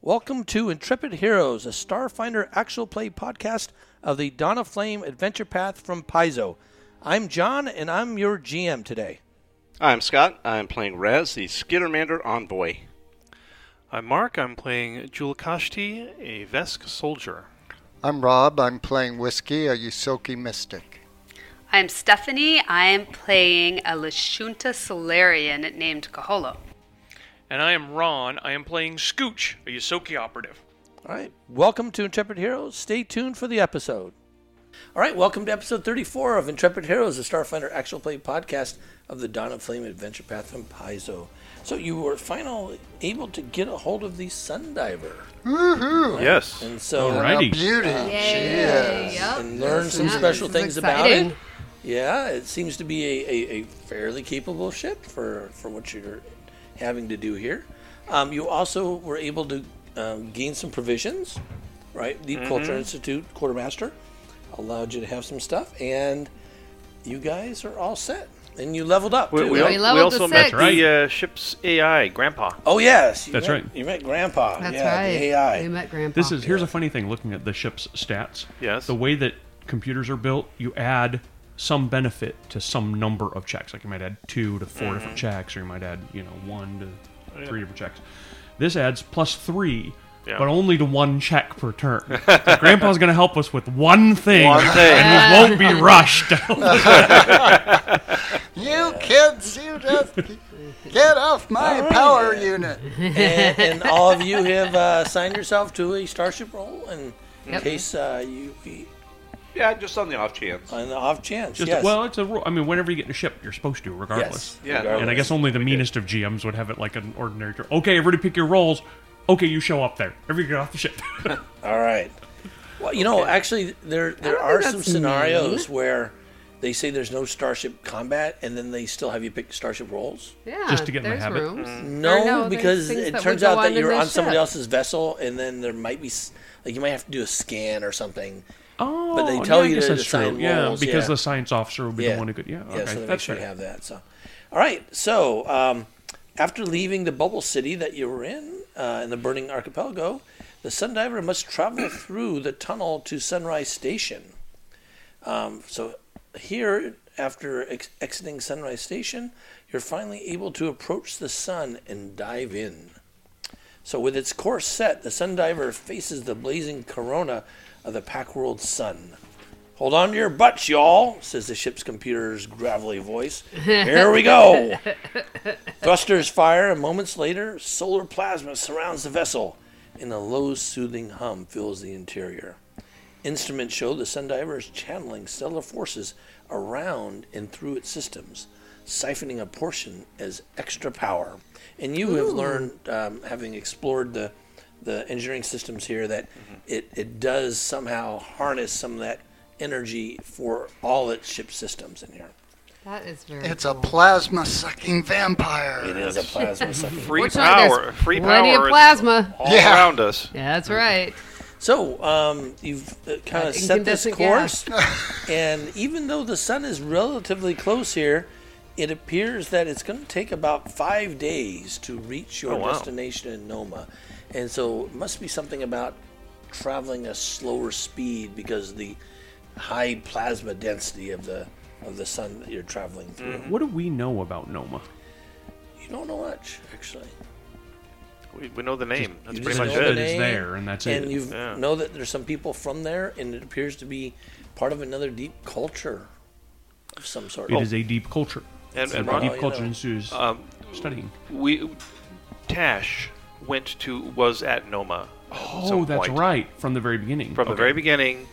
Welcome to Intrepid Heroes, a Starfinder actual play podcast of the Donna Flame Adventure Path from Paizo. I'm John, and I'm your GM today. I'm Scott. I'm playing Rez, the Skittermander Envoy. I'm Mark. I'm playing Julakashti, a Vesk soldier. I'm Rob. I'm playing Whiskey, a Yusoki mystic. I'm Stephanie. I'm playing a Lashunta Solarian named Kaholo. And I am Ron. I am playing Scooch, a Yosoki operative. All right, welcome to Intrepid Heroes. Stay tuned for the episode. All right, welcome to episode 34 of Intrepid Heroes, the Starfinder actual play podcast of the Dawn of Flame Adventure Path from Paizo. So you were finally able to get a hold of the Sundiver Woohoo! Yes. and so A beauty. Yay. She is. Yep. and learn some Yeah. special This is things about exciting. it. Yeah, it seems to be a, a, a fairly capable ship for, for what you're having to do here. Um, you also were able to um, gain some provisions, right? The Mm-hmm. Culture Institute quartermaster allowed you to have some stuff, and you guys are all set. And you leveled up. We, too, we right? al- we leveled to also met six. the uh, ship's AI, Grandpa. oh yes, you That's met- right. You met Grandpa. That's yeah, right. The AI. We met Grandpa. This is here's a funny thing. Looking at the ship's stats, Yes. the way that computers are built, you add some benefit to some number of checks. Like you might add two to Mm-hmm. 4 different checks, or you might add you know one Oh, to three different checks. This adds plus three, Yeah. but only to one check per turn. So Grandpa's going to help us with one thing, One thing. and we won't be rushed. You kids, you just get off my power unit. and, and all of you have uh, signed yourself to a starship role, and in case uh, you be Yeah, just on the off chance. on the off chance, Just- yes, Well, it's a rule. I mean, whenever you get in a ship, you're supposed to, regardless. yes, Yeah, regardless. And I guess only the meanest of GMs would have it like an ordinary. tur- Okay, everybody pick your roles. Okay, you show up there. Everybody get off the ship. all right. Well, you know, actually, there there don't are think some that's scenarios where they say there's no starship combat, and then they still have you pick starship roles. yeah, just to get in the there's habit. rooms. No, Or no, there's because things it that would turns go out on that in you're the on somebody ship. else's vessel, and then there might be s- like you might have to do a scan or something. Oh, But they tell yeah, I you guess to that's assign true. Yeah, roles, because yeah. the science officer would be the one who could. Yeah, okay, so they make that's sure fair. you have that. So, all right. So, um, after leaving the bubble city that you were in uh, in the burning archipelago, the Sundiver must travel through the tunnel to Sunrise Station. Um, so, here, after ex- exiting Sunrise Station, you're finally able to approach the sun and dive in. So, with its course set, the Sundiver faces the blazing corona of the Pack World Sun. Hold on to your butts, y'all, says the ship's computer's gravelly voice. Here we go. Thrusters fire, and moments later, solar plasma surrounds the vessel, and a low, soothing hum fills the interior. Instruments show the Sundiver is channeling stellar forces around and through its systems, siphoning a portion as extra power. And you have learned, um, having explored the, the engineering systems here, that it, it does somehow harness some of that energy for all its ship systems in here. That is very. It's a plasma sucking vampire. It is a plasma sucking. Free Fortunately, power. there's Free plenty power of is plasma. all Yeah. around us. Yeah, that's right. So um, you've kind of That set this incandescent course, and even though the sun is relatively close here, it appears that it's going to take about five days to reach your Oh, wow. destination in Noma, and so it must be something about traveling a slower speed because of the high plasma density of the of the sun that you're traveling through. Mm. What do we know about Noma? You don't know much actually. We, we know the name. That's You pretty just much know the it it. is name, there, and that's and it. you Yeah. know that there's some people from there, and it appears to be part of another deep culture of some sort. It is a deep culture. Oh. And- So and the Ron- Oh, deep you culture know. ensues Um, studying. we Tash went to was at Noma. at Oh, some that's point. right. From the very beginning. From the Okay. very beginning,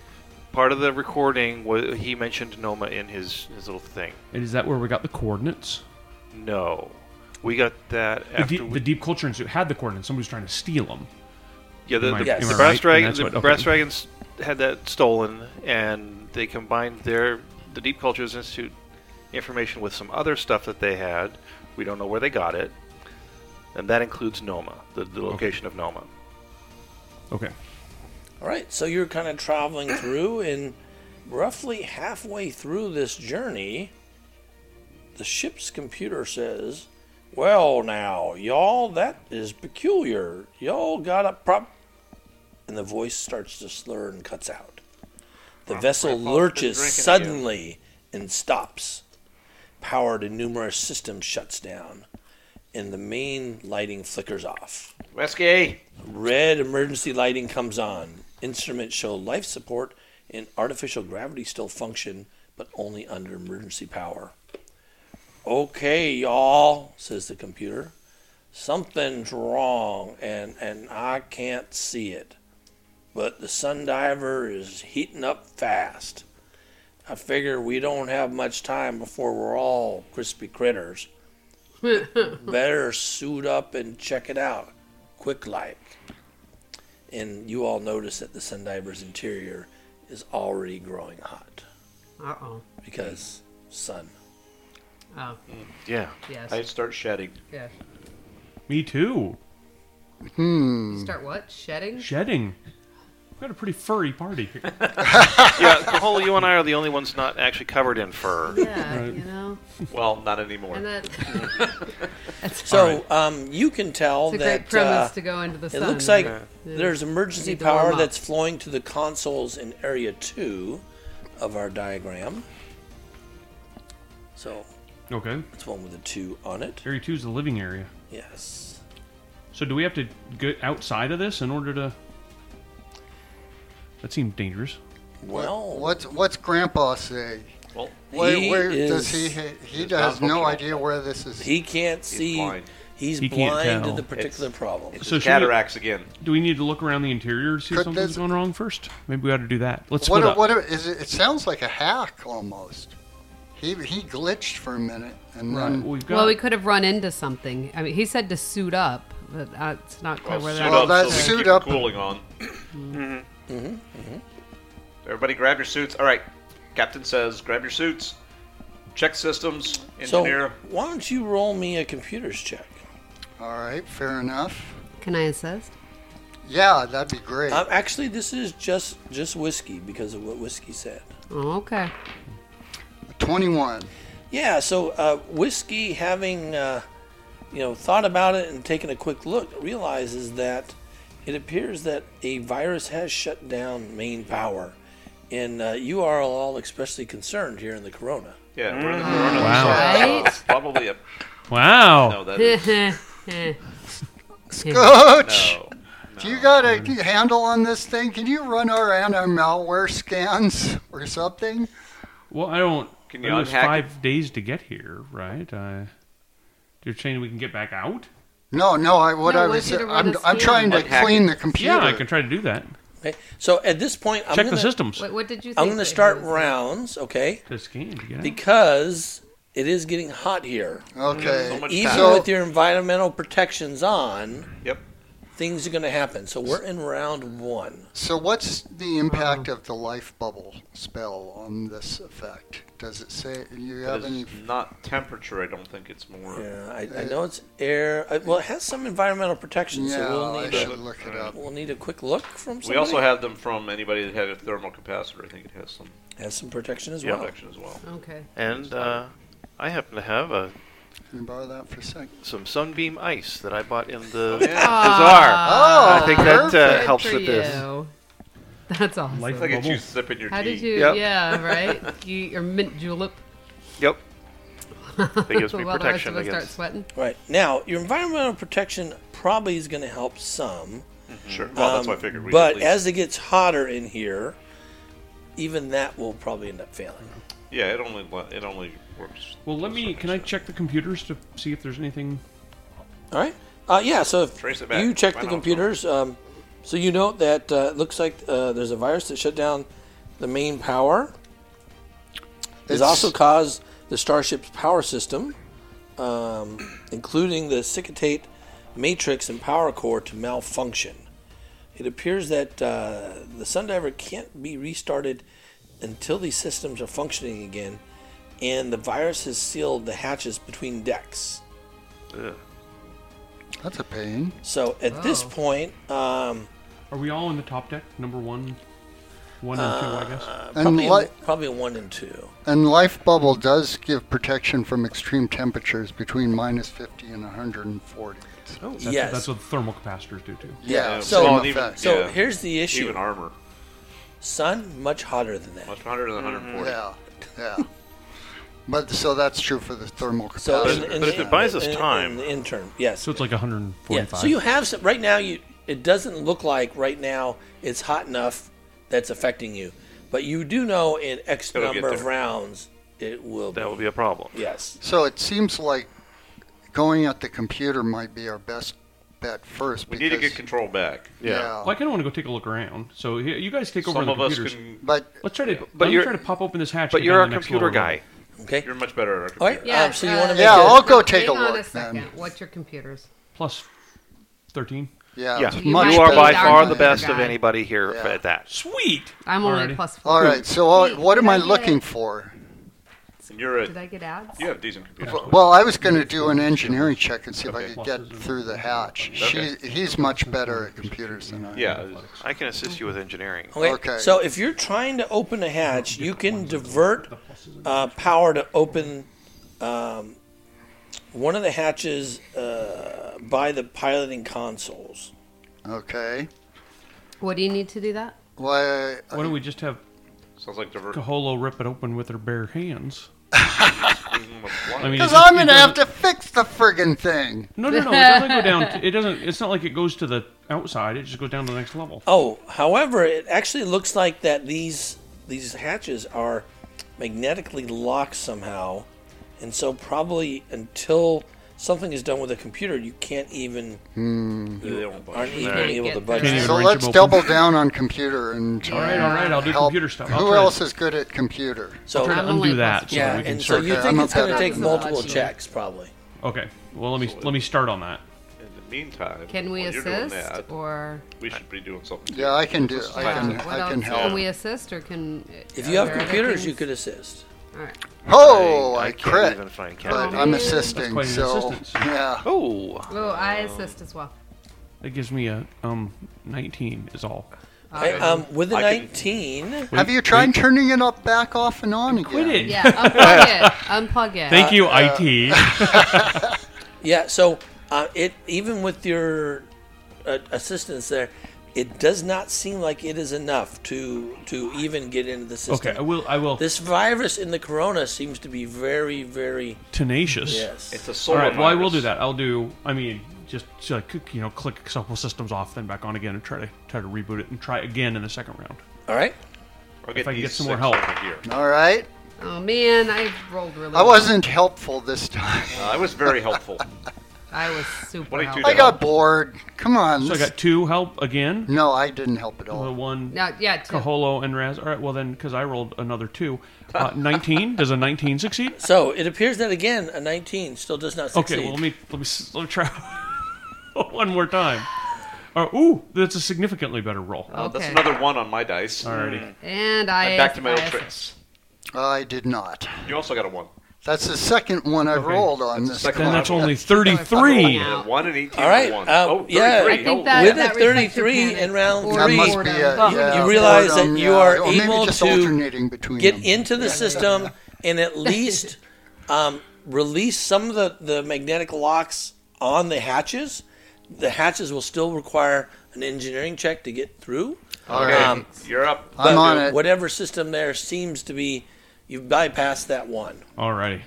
part of the recording was he mentioned Noma in his his little thing. And is that where we got the coordinates? No, we got that The, after deep- we, the deep culture ensues had the coordinates. Somebody was trying to steal them. Yeah, the, Am I- the, Yes. the am I brass right? dragon, And that's the what- okay. brass dragons had that stolen, and they combined their the Deep Cultures Institute information with some other stuff that they had. We don't know where they got it, and that includes Noma, the, the location of Noma. Okay. All right, so you're kind of traveling through, and roughly halfway through this journey, the ship's computer says Well, now, y'all, that is peculiar. Y'all got a prop. And the voice starts to slur and cuts out. The vessel grandpa's been lurches drinking again. suddenly and stops. Power to numerous systems shuts down, and the main lighting flickers off. Rescue. Red emergency lighting comes on. Instruments show life support and artificial gravity still function, but only under emergency power. Okay, y'all, says the computer. Something's wrong and, and I can't see it. But the sundiver is heating up fast. I figure we don't have much time before we're all crispy critters. Better suit up and check it out, quick like. And you all notice that the sundiver's interior is already growing hot Uh oh. because sun. Oh, Yeah. Yes. I start shedding. yeah. Me too. You start what? Shedding? Shedding. We've got a pretty furry party. Yeah, Cahole, you and I are the only ones not actually covered in fur. Yeah, you know? Well, not anymore. And that, that's So um, you can tell it's a that great premise uh, to go into the it sun. looks like Yeah. there's emergency Need to power warm up. that's flowing to the consoles in area two of our diagram. So okay. it's one with a two on it. Area two is the living area. Yes. So do we have to go outside of this in order to? That seemed dangerous. Well, What's what's Grandpa say? Well, Where, He where does he? is- He is has no non-functional. idea where this is. he can't see. blind. He's He can't blind to tell. the particular problem. it's So his should we- cataracts again. Do we need to look around the interior to see if Could something's this- going wrong first? Maybe we ought to do that. Let's what? split A, up. what? A, is it? It sounds like a hack almost. He he glitched for a minute and Right. then. Well, we've got. well, we could have run into something. I mean, he said to suit up, but that's not quite Well, where suit that Well, up that Oh, so we suit keep up- cooling on. Mm-hmm. Mm-hmm. Everybody grab your suits. All right. Captain says grab your suits. Check systems. So Engineer. why don't you roll me a computer's check? All right, fair enough. Can I assist? Yeah, that'd be great. Um, actually, this is just just whiskey because of what whiskey said. Oh, okay. Twenty-one. Yeah, so uh, whiskey, having uh, you know thought about it and taken a quick look, realizes that it appears that a virus has shut down main power, and uh, you are all especially concerned here in the corona. yeah, we're in the corona. Wow. so it's Probably a wow. no. That is Coach, no. do you got a handle on this thing? Can you run our anti-malware scans or something? Well, I don't. Can Can you it was unhack five days to get here, right? Uh, you're saying we can get back out? No, no. I what No, I I was want you to run I'm, a I'm scan. trying to Like hack clean the computer. Yeah, I can try to do that. Okay, so at this point, I'm Check gonna, the systems. What, what did you think? I'm going that to he start was- rounds, okay, To scan to get out. because it is getting hot here. Okay. much Even time. with your environmental protections on, Yep. things are going to happen. So we're in round one. So what's the impact of the life bubble spell on this effect? Does it say you That have any? is not temperature. I don't think it's more. Yeah, I, I know it's air. I, well, it has some environmental protection, Yeah, so we'll I need should a, look it up. we'll need a quick look from We somebody. also have them from anybody that had a thermal capacitor. I think it has some has some protection as well. protection as well. Okay. And uh, I happen to have a, Can you borrow that for a second? some sunbeam ice that I bought in the Yeah. Uh, bazaar. Oh, I think that uh, Good helps for with this. you. That's awesome. Life Look at you Bubble. sipping your How tea. did you? Yep. Yeah, right. You, your mint julep. Yep. That gives me While the rest protection of us start against. sweating. Right now, your environmental protection probably is going to help some, Sure. Well, that's um, what I figured. We but at least- as it gets hotter in here, even that will probably end up failing. yeah, it only it only works. Well, let me. Can I check the computers to see if there's anything? All right. Uh, yeah. So if Trace it back. you check Why the not? computers, um, so you note that uh, it looks like uh, there's a virus that shut down the main power. It's It's- also caused the starship's power system, um, including the cicatate matrix and power core, to malfunction. It appears that uh, the Sundiver can't be restarted until these systems are functioning again, and the virus has sealed the hatches between decks. that's a pain. So at this Wow. point, um, Are we all in the top deck? Number one. One and two, Uh, I guess. And Probably, li- probably a one and two. And life bubble does give protection from extreme temperatures between minus 50 and 140. It's- That's, yes. That's what the thermal capacitors do too. Yeah, so- same Well, and even- effect. So Yeah. here's the issue: Even armor. sun much hotter than that. Much hotter than 140. Mm, Yeah, yeah. but so that's true for the thermal So capacitors. But if it buys us in- in- time. in the interim, yes. So it's like yeah. 145. So you have some, right now. You it doesn't look like right now it's hot enough that's affecting you, but you do know in X It'll get number of there. rounds it will. That Be. will be a problem. Yes. So it seems like going at the computer might be our best bet first. We need because, to get control back. Yeah, Well, I kind of want to go take a look around. So here- you guys take over Some the of us computers. can. but Let's try to. But let me you're- try to pop open this hatch. But and you're go a to the next computer level. guy. Okay. You're much better at our Oh, All right. computer. Yeah, um, so you want uh, to make yeah, a- I'll go take Hang a on look, a second. man. What's your computers? Plus 13. Yeah, Yeah, it's you much are better by than far that. the best of guy. anybody here Yeah. at that. Sweet. I'm only Alrighty. plus four. All right, so uh, Wait, what am did I get- looking for? And you're Did a. I get ads? You have decent computer. Well, I was going to do an engineering check and see if I Okay. could get through the hatch. Okay. She, he's much better at computers than I am. Yeah. I can assist you with engineering. Okay. Okay. So if you're trying to open a hatch, you can divert uh, power to open um, one of the hatches uh, by the piloting consoles. Okay. What do you need to do that? Why? Why don't we just have Sounds like divert. Kaholo rip it open with her bare hands? I mean, it Because just- I'm it gonna have doesn't- to fix the friggin' thing. No, no, no. It doesn't go down. To, it doesn't. It's not like it goes to the outside. It just goes down to the next level. Oh, however, it actually looks like that these these hatches are magnetically locked somehow, and so probably until something is done with a computer, you can't even They won't budge. aren't even Can't able get to the- budge. Can't even So wrench let's them open. double down on computer and All right, all right. I'll do help. computer stuff. I'll Who try to- else is good at computer? So Try to only undo that. plus so yeah, we can and so start. you Okay, think I'm it's going to okay. take That's multiple logical. checks, probably. Okay. Well, let me let me start on that. In the meantime, Can we while you're doing assist that, or we should be doing something. Yeah, I can do. it. I can. what I else? can help. Can we assist or can? If you have are there other computers, you things? could assist. All right. Oh, I, I can't crit. Oh. even find But Kennedy. I'm That's assisting, quite an so assistance. yeah. Oh, Oh, I assist as well. That gives me a um 19 is all. Okay, um, with the I can- 19, Have you tried turning it up back off and on again? Quit it. Yeah, unplug it. Unplug it. Thank you, Uh, IT. yeah. So uh, it even with your uh, assistance there, it does not seem like it is enough to to even get into the system. okay, uh, I will. I will. This virus in the corona seems to be very, very tenacious. yes. It's a All solar right. Well, I will virus. do that. I'll do. I mean, just so I could, you know, click several systems off, then back on again, and try to try to reboot it, and try again in the second round. All right. I'll get I can these get some more six help. over here. All right. Oh man, I rolled really. I well. wasn't helpful this time. Uh, I was very helpful. I was super. 22 I helpful. down. got bored. Come on. So I this- got two help again. No, I didn't help at The all. one Now, yeah, two. Caholo and Raz. All right. Well, then, because I rolled another two, uh, 19. Does a 19 succeed? So it appears that again a 19 still does not succeed. Okay. Well, let me let me s- let me try one more time. Uh, ooh, that's a significantly better roll. Oh, Uh, That's Okay. another one on my dice. Alrighty. And I. I'm back to my I old assist. tricks. I did not. You also got a one. That's the second one I've Okay. rolled on this. second Then one. that's only Three. 33. A one and 18. All right, A one. um, oh, yeah. 33. I think Oh, that- With that a reflects your 33 panic. in round Or That three, must be a, Boredom. yeah, You realize that boredom, you yeah. are or maybe able just to alternating between get them. into the system and at least um, release some of the, the magnetic locks on the hatches. The hatches will still require an engineering check to get through. Okay, Um, you're up. I'm on it. Whatever system there seems to be, you've bypassed that one. Alrighty.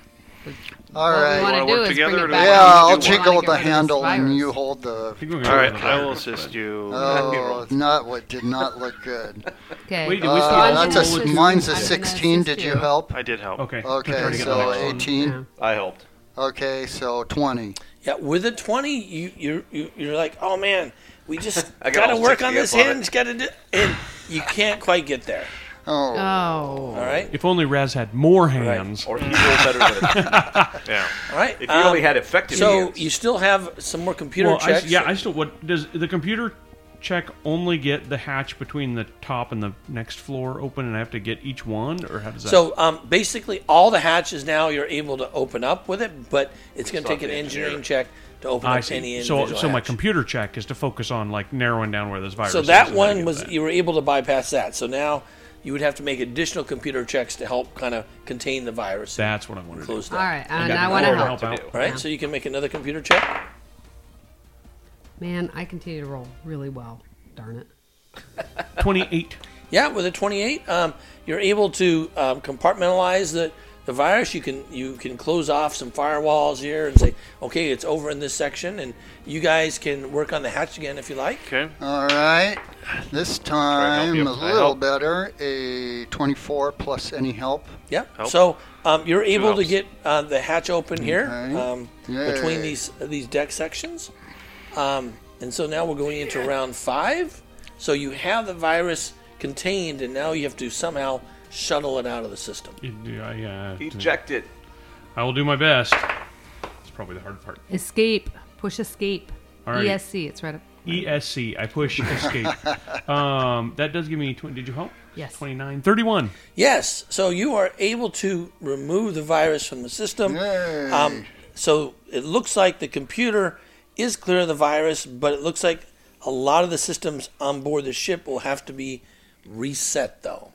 All What right. we want to Wanna do work is together bring or do it back. we yeah, wanna on. I'll We wanna jiggle get the rid of this handle and virus. you hold the. I think we're all gonna right. go I will back. assist you. Oh, not what did not look good. Okay. Wait, did we Uh, see Uh, also that's roll a, with- mine's a I'm gonna 16. assist Did you you. help? I did help. Okay. I'll try to Okay, get so the next one. 18. I helped. Okay, so 20. Yeah, with a 20, you, you're, you, you're like, oh man, we just I got got to all work on 60 this up on it." hinge, got to do, and you can't quite get there. Oh, Oh. All right? If only Raz had more hands. Or he rolled better than Yeah. All right. If you um, only had effective So hands. you still have some more computer Well, I s- checks. yeah, I still. What does the computer check only get the hatch between the top and the next floor open, and I have to get each one, or how does that? So um, basically, all the hatches now you're able to open up with it, but it's going to Still take have an to engineer engineering it. check to open I up any see. So, individual so my hatch. computer check is to focus on like narrowing down where this virus. So is that and how to one get was that. you were able to bypass that. So now you would have to make additional computer checks to help kind of contain the virus. and That's what I wanted. to do. close that. All right, and got I want to more help. help out. All right, so you can make another computer check. Man, I continue to roll really well. Darn it. Twenty-eight. Yeah, with a 28, um, you're able to um, compartmentalize the, the virus. You can you can close off some firewalls here and say, okay, it's over in this section, and you guys can work on the hatch again if you like. Okay. All right. This time, you? a Can I little help? better. A 24 plus any help. Yeah. Help. So um, you're able to helps. get uh, the hatch open here Okay. um, Yay. between these these deck sections, um, and so now we're going into round five. So you have the virus contained, and now you have to somehow shuttle it out of the system. Yeah, yeah. Eject it. uh, I will do my best. It's probably the hard part. Escape. Push escape. All right. ESC. It's right up. ESC. I push escape. um, that does give me. 20, did you help? Yes. 29. 31. Yes. So you are able to remove the virus from the system. Yay. Um, so it looks like the computer is clear of the virus, but it looks like a lot of the systems on board the ship will have to be reset, though.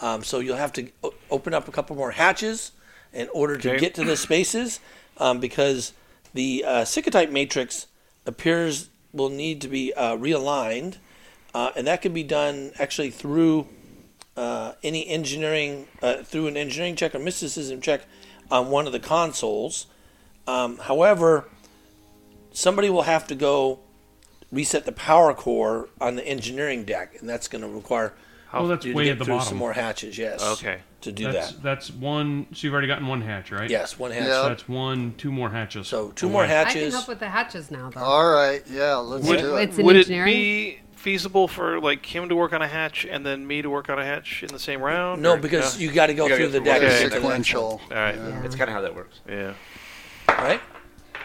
Um, so you'll have to o- open up a couple more hatches in order to Okay. get to the spaces, um, because the uh, Sikatite matrix appears will need to be uh, realigned, uh, and that can be done actually through uh, any engineering uh, through an engineering check or mysticism check on one of the consoles. Um, however, somebody will have to go reset the power core on the engineering deck, and that's going to require Oh, that's you to way get at the through bottom. some more hatches. Yes. Okay. To do that's, that. that's one. So you've already gotten one hatch, right? Yes, one hatch. Yeah. That's one, two more hatches. So two more away. I can hatches. help with the hatches now, though. All right. Yeah, let's Would, do It's it. an would it engineering? be feasible for like him to work on a hatch and then me to work on a hatch in the same round? no, or- because you got to go You gotta through go the through deck. one. and Okay. get to the next Sequential. All right. That's kind of how that works. Yeah. one, Right.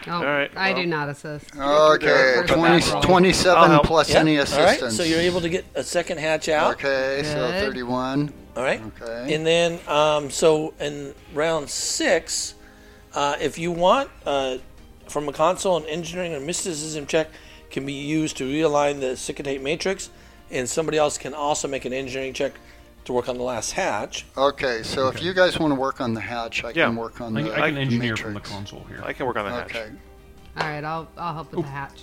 oh, all right, I do well. not assist. Okay, First 20, roll. 27 help. plus Yeah. any All right. assistance. So you're able to get a second hatch out. Okay, so Good. 31. All right. Okay. And then, um, so in round six, uh, if you want, uh, from a console, an engineering or mysticism check can be used to realign the Sicatate matrix, and somebody else can also make an engineering check to work on the last hatch. Okay, so if you guys want to work on the hatch, I Yeah. can work on I, the I can engineer matrix. from the console here. I can work on the hatch. Okay. All right, I'll I'll help with the hatch.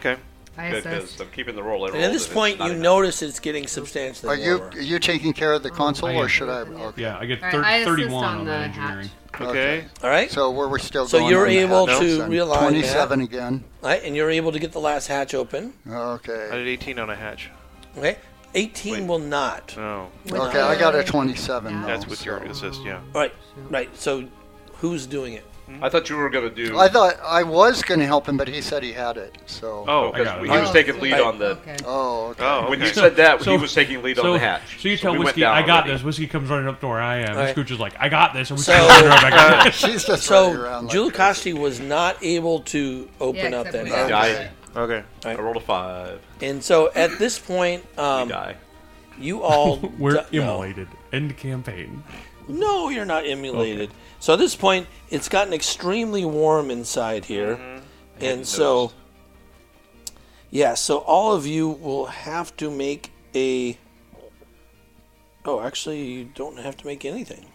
Okay. I Good, 'cause assist. I'm keeping the roll. I And at rolled this it. point, It's not you enough. notice it's getting substantially Are you lower. are you taking care of the console, I or am. should I? Okay. yeah, I get All right, thir- I assist 31 on on, that the engineering. Okay. All right. So we're, we're still So going you're on the able hatch to then. realign that. 27 again. All right, and you're able to get the last hatch open. I Okay. did 18 on a hatch. Okay. 18 will Uh. not. Oh, Okay, I got a Without- 27 Yeah. though. that's with your so- assist. Yeah. All right. Right. So who's doing it? I thought you were going to do. I thought I was going to help him, but he said he had it. So. I Oh, got because it. he Oh, was taking lead right. on the. Okay. Oh, okay. Oh, When okay. you said that, So- he was taking lead on the hatch. So you tell we went Whiskey, down I got already. this. Whiskey comes running up to where I am. All right. Scooch is like, I got this. And So- uh, Whiskey comes running right back. She's just running So around. like Jewel crazy. Costi was not able to open Yeah, up except that we hatch. Yeah, Okay. Okay. I, I rolled a five. And so at this point, You um, die. you all We're d- no. immolated. End campaign. No, you're not immolated. So at this point, it's gotten extremely warm inside here, Mm-hmm. and so noticed. yeah. So all of you will have to make a. Oh, actually, you don't have to make anything.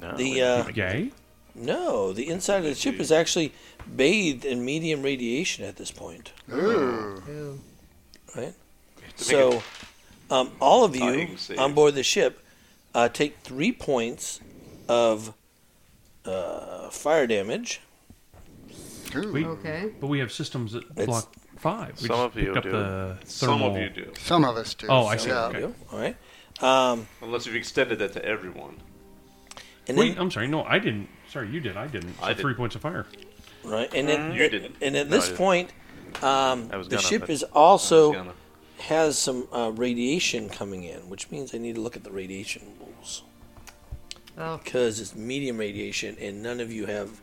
No, The uh, Yay. no, the inside of the ship is actually bathed in medium radiation at this point. Ooh. Ooh. right? to make So, um, all of you Dying save. on board the ship uh, take three points of uh, fire damage. Ooh. We- Okay. But we have systems that It's- block five. We Some just of you picked up do. the Some thermal- of you do, Some of us do. Oh, I so- see. Yeah. Okay. You, all right. Um, unless you've extended that to everyone. and Wait, then, I'm sorry. No, I didn't. Sorry, you did. I didn't. So I did. three points of fire. right, and then, You didn't. and at No, I this didn't. point, um, I was the gonna, ship but is I was also gonna. has some uh, radiation coming in, which means I need to look at the radiation rules Oh, because it's medium radiation, and none of you have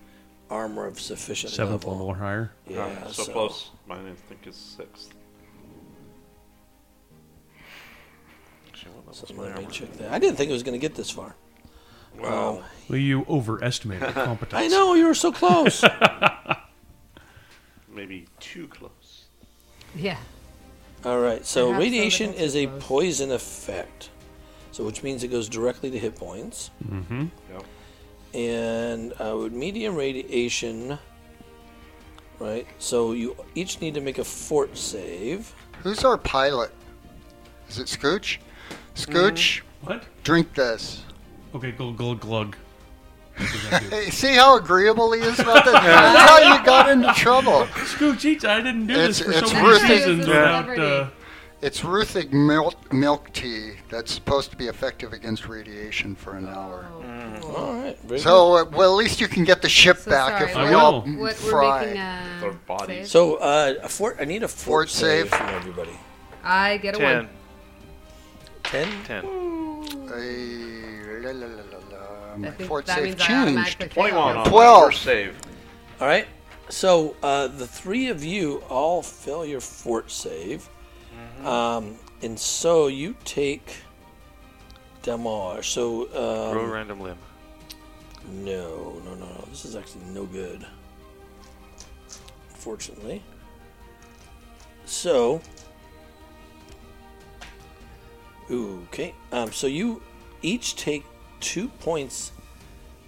armor of sufficient Seven level. level or higher. Yeah, so, close. Mine I think is six. So let me check that. I didn't think it was going to get this far. Wow. Well, you overestimated the competence. I know you were so close. Maybe too close. Yeah. All right. So Perhaps so radiation that is it's a close. poison effect, so which means it goes directly to hit points. Mm-hmm. and uh, with medium radiation, right? So you each need to make a fort save. Who's our pilot? Is it Scooch? Scooch, Mm-hmm. What? drink this. Okay, glug glug glug. What does that do? Hey, see how agreeable he is about that? That's how you got into trouble. Scooch, each, I didn't do It's- this for it's so worth many it. reasons It's a without. Uh, celebrity. It's Ruthig milk, milk tea that's supposed to be effective against radiation for an hour. All right. very So, uh, well, at least you can get the ship So back sorry. if I we all will. m- What we're fry. making a Their bodies. good. save? So uh, a fort. I need a fort, Fort save. save. from everybody. I get a Ten. one. Ten. Ten. Ay, la, la, la, la, la. I My think fort that save means I changed. automatically fail. 21 on Twelve. my first save. All right. So uh, the three of you all fail your fort save, um, and so you take damage. So um, Grow random limb. No, no, no, no. This is actually no good. Fortunately. So. Okay. Um, so you each take two points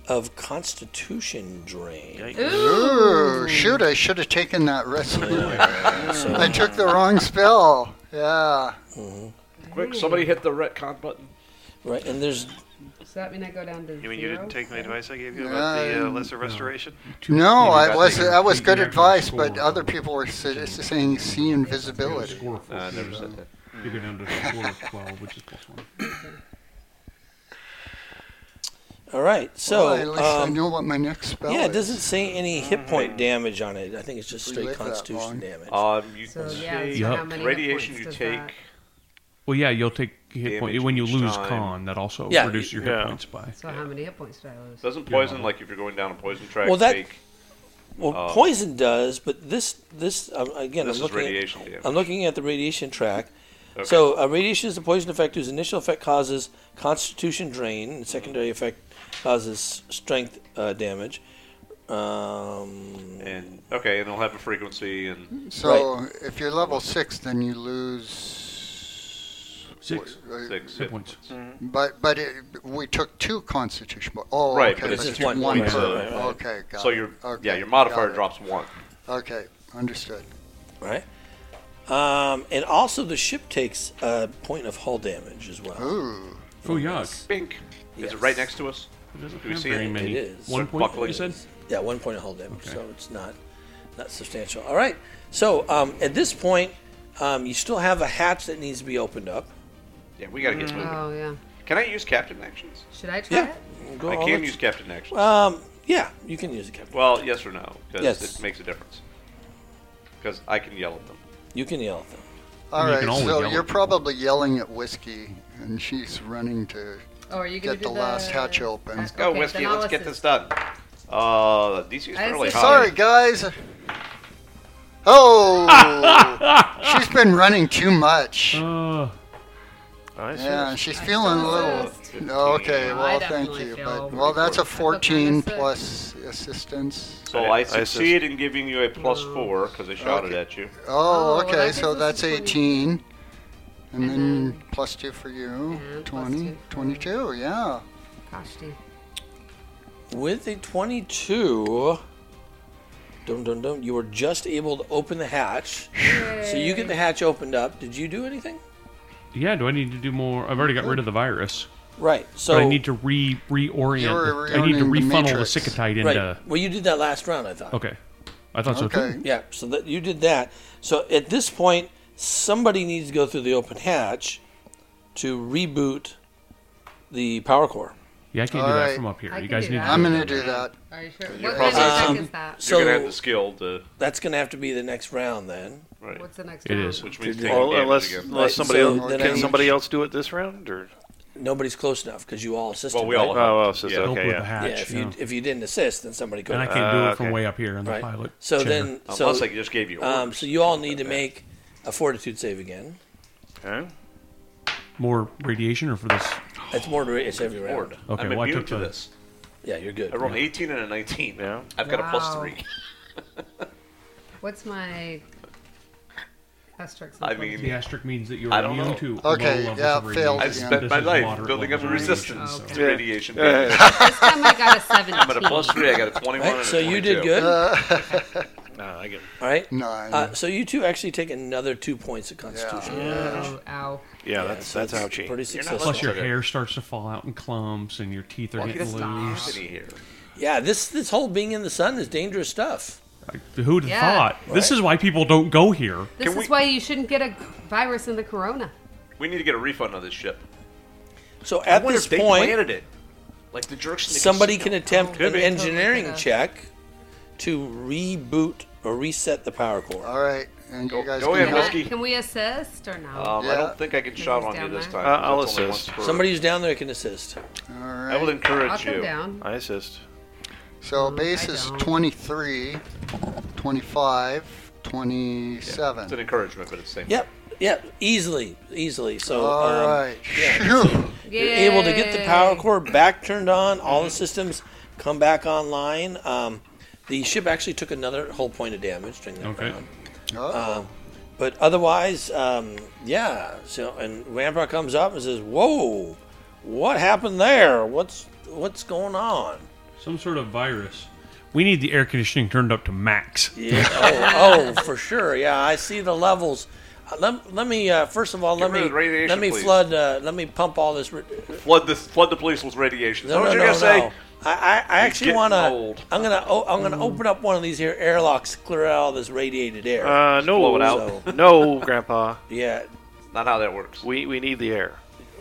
of constitution drain. Yikes. Ooh, shoot, I should have taken that risk. I took the wrong spell. Yeah. Quick, somebody hit the retcon button. Right. And there's. So that mean I go down to You mean you didn't zero? take my advice I gave you about the uh, Um, lesser restoration? No, I got was the- that was the good actual advice, but score. other people were s- saying see invisibility. Score for I never Caesar. said that. You go down to the score of twelve, which is plus one. All right. So. well, at least I um, know what my next spell yeah, it is. doesn't say any Mm-hmm. hit point damage on it. I think it's just We straight live that constitution long. damage. Um, you So, yeah, take so how many hit radiation points you does take. that- Well, yeah, you'll take hit point Damage when you each lose time. con. That also Yeah, reduces your you- hit yeah. points by. So how many hit points did I lose? Doesn't poison Yeah. like if you're going down a poison track? Well, that- take, Well, poison does, but this this um, again. oh. this I'm is looking at- radiation damage. I'm looking at the radiation track. So, uh, radiation is a poison effect whose initial effect causes constitution drain, and Mm-hmm. secondary effect causes strength uh, damage. Um, and okay, and it'll have a frequency and So if you're level six, then you lose Six. Mm-hmm. Wait, uh, six Hit hit points. But but it, we took two constitution. bo- Oh, Right, okay, but it's let's just do one point, per. right, right, right. Okay, got So it. your Okay, yeah, your modifier got it. drops one. Okay, understood. right. Um, and also, the ship takes a point of hull damage as well. Ooh, Oh yuck! Pink. Yes. Is it right next to us? It doesn't Do we have see very it? many. It is. One So point. buckling. You said. Yeah, one point of hull damage, Okay. so it's not not substantial. All right. So um, at this point, um, you still have a hatch that needs to be opened up. Yeah, we gotta get moving. Oh yeah. Can I use captain actions? Should I try Yeah. it? Go I all can the- use captain actions. Um, yeah, you can use a captain. Well, yes or no, because Yes. it makes a difference. Because I can yell at them. You can yell at them. all You right. can always So yell you're at probably yelling at whiskey, and she's running to. Oh, are you gonna Get do the last hatch open. Uh, Let's Go, okay, whiskey. then I'll Let's get this assist. done. Uh, the DC is I really see- high. Sorry, guys. Oh, she's been running too much. Uh, Oh, I see. Yeah, she's feeling a little. Okay, I well, thank definitely you. feel But well, that's a I feel 14 kinda sick. plus assistance. So I- I, I succeed in giving you a plus No. four because I shouted Okay. at you. Oh, Oh, okay, well, that so gives us that's a 18. And, And then, then- plus 2 for you, And plus 20, two for- 22, yeah. Gosh, dude. With a 22, dum dum dum, you were just able to open the hatch. So you get the hatch opened up. Did you do anything? yeah. Do I need to do more? I've already got rid of the virus, Right. So but I need to re reorient. You're the- I need to reorienting the refunnel the matrix. sikatite into. right. Well, you did that last round, I thought. Okay, I thought so Okay. too. Yeah. So that you did that. So at this point, somebody needs to go through the open hatch to reboot the power core. Yeah, I can't All do that right. from up here. I you can guys do need. that. to I'm going to do that. Are you sure? You're What kind of attack Um, probably- is that? So You're gonna have the skill to that's going to have to be the next round then. right, What's the next It round? is. which means taking Well, damage unless again. unless Right, somebody so else, then can I- somebody else do it this round or Nobody's close enough because you all assisted. Well, we right? all- oh well, it's just- Yeah. Help okay with the yeah. Yeah. hatch. If yeah. you if you didn't assist, then somebody could. and I can't do Uh, it from okay. way up here in the Right. pilot. So chair. then, so Unless I just gave you. Um, orders. so you all need to make a fortitude save again. Okay. more radiation or for this? It's more. to- It's every round. Okay, I'm well, I immune took to the- this. Yeah, you're good. I rolled an 18 and a 19. Yeah. I've got a plus Wow. three. What's my asterisk? I mean, The asterisk means that you're I don't immune know. to Okay, low levels yeah, of failed radiation. I've Yeah. spent This my is moderate life building up a levels of radiation. resistance Okay. to radiation. this time I got a 17. I'm at a plus three. I got a All 21 and right, a so you did 22. good. Uh, No, I get All right. Nine. Uh, so you two actually take another two points of Constitution. Oh, ow. Yeah, that's So that's it's ouchy. Pretty You're not successful. Plus, your Okay. hair starts to fall out in clumps, and your teeth are Lucky that's getting not loose. happening here. Yeah, this this whole being in the sun is dangerous stuff. Like, Who'd have Yeah. thought? This is why people don't go here. This Can is we- why you shouldn't get a virus in the corona. We need to get a refund on this ship. So I at wonder this if they point, planted it. Like the jerks. in the somebody can casino. attempt Could an be. engineering Could be. check to reboot or reset the power core. All right, and you guys go can ahead, help. Whiskey. Can we assist or no? Um, I Yeah. don't think I can shout on you down this there. time. Uh, I'll That's only assist. once per- Somebody who's down there can assist. All I will right. encourage I'll come you. down. I assist. So Mm, base I is don't. 23, 25, 27. It's an encouragement, but it's the same. Yep. Yep. Easily. Easily. So All um, right. yeah. Phew. You're able to get the power core back turned on. All the systems come back online. Um, the ship actually took another whole point of damage during that Okay. round. Uh, Oh, But otherwise, um, yeah. So and Rampart comes up and says, "Whoa, what happened there? What's what's going on?" Some sort of virus. We need the air conditioning turned up to max. Yeah. oh, oh, for sure. Yeah, I see the levels. Uh, let, let me uh, first of all let rid me of the radiation, let me please. flood uh, let me pump all this. ra- Flood this. Flood the police with radiation. No, what no, you no, gonna no. say? I, I, I actually getting want old. to. I'm gonna o- I'm gonna open up one of these here airlocks, clear out all this radiated air. Uh, no, blow it out. no, Grandpa. yeah. Not how that works. We we need the air.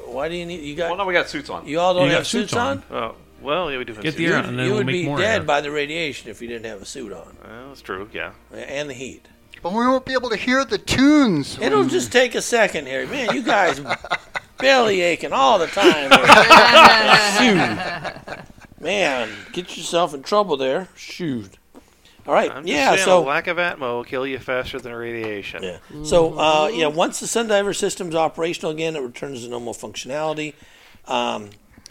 Why do you need you got Well, no, we got suits on. you all don't You got have suits, suits on. on? Oh, well, yeah, we do have Get the seats. air, and then you we'll would make be more dead air. by the radiation if you didn't have a suit on Well, that's true. Yeah. and the heat. but we won't be able to hear the tunes. It'll when- just take a second here, man. You guys belly aching all the time. with Shoot, man, get yourself in trouble there. Shoot. All right, I'm just yeah. saying, So a lack of atmo will kill you faster than radiation. Yeah. So uh, yeah, once the Sundiver system's operational again, it returns to normal functionality. Um,